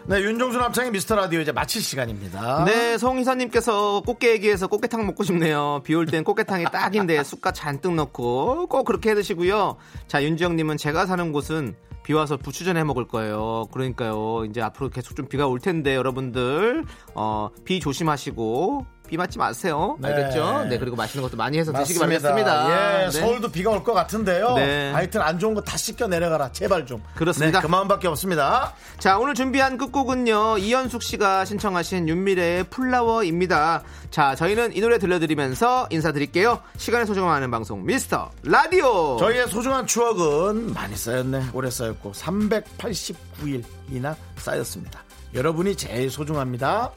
S1: 네, 윤종수 남창의 미스터 라디오 이제 마칠 시간입니다.
S2: 네, 송이사님께서 꽃게 얘기해서 꽃게탕 먹고 싶네요. 비 올 땐 꽃게탕이 딱인데 쑥갓 잔뜩 넣고 꼭 그렇게 해 드시고요. 자, 윤지영님은 제가 사는 곳은 비 와서 부추전 해 먹을 거예요. 그러니까요, 이제 앞으로 계속 좀 비가 올 텐데 여러분들 어, 비 조심하시고 비 맞지 마세요.
S1: 네.
S2: 알겠죠? 네, 그리고 맛있는 것도 많이 해서 드시기
S1: 맞습니다.
S2: 바라겠습니다.
S1: 예,
S2: 네.
S1: 서울도 비가 올 것 같은데요.
S2: 네.
S1: 하여튼 안 좋은 거 다 씻겨 내려가라. 제발 좀.
S2: 그렇습니다.
S1: 네, 그만밖에 없습니다.
S2: 자, 오늘 준비한 끝곡은요. 이현숙 씨가 신청하신 윤미래의 플라워입니다. 자, 저희는 이 노래 들려드리면서 인사드릴게요. 시간을 소중하는 방송 미스터 라디오.
S1: 저희의 소중한 추억은 많이 쌓였네. 오래 쌓였고 389일이나 쌓였습니다. 여러분이 제일 소중합니다.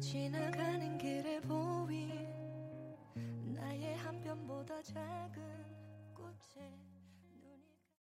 S13: 지난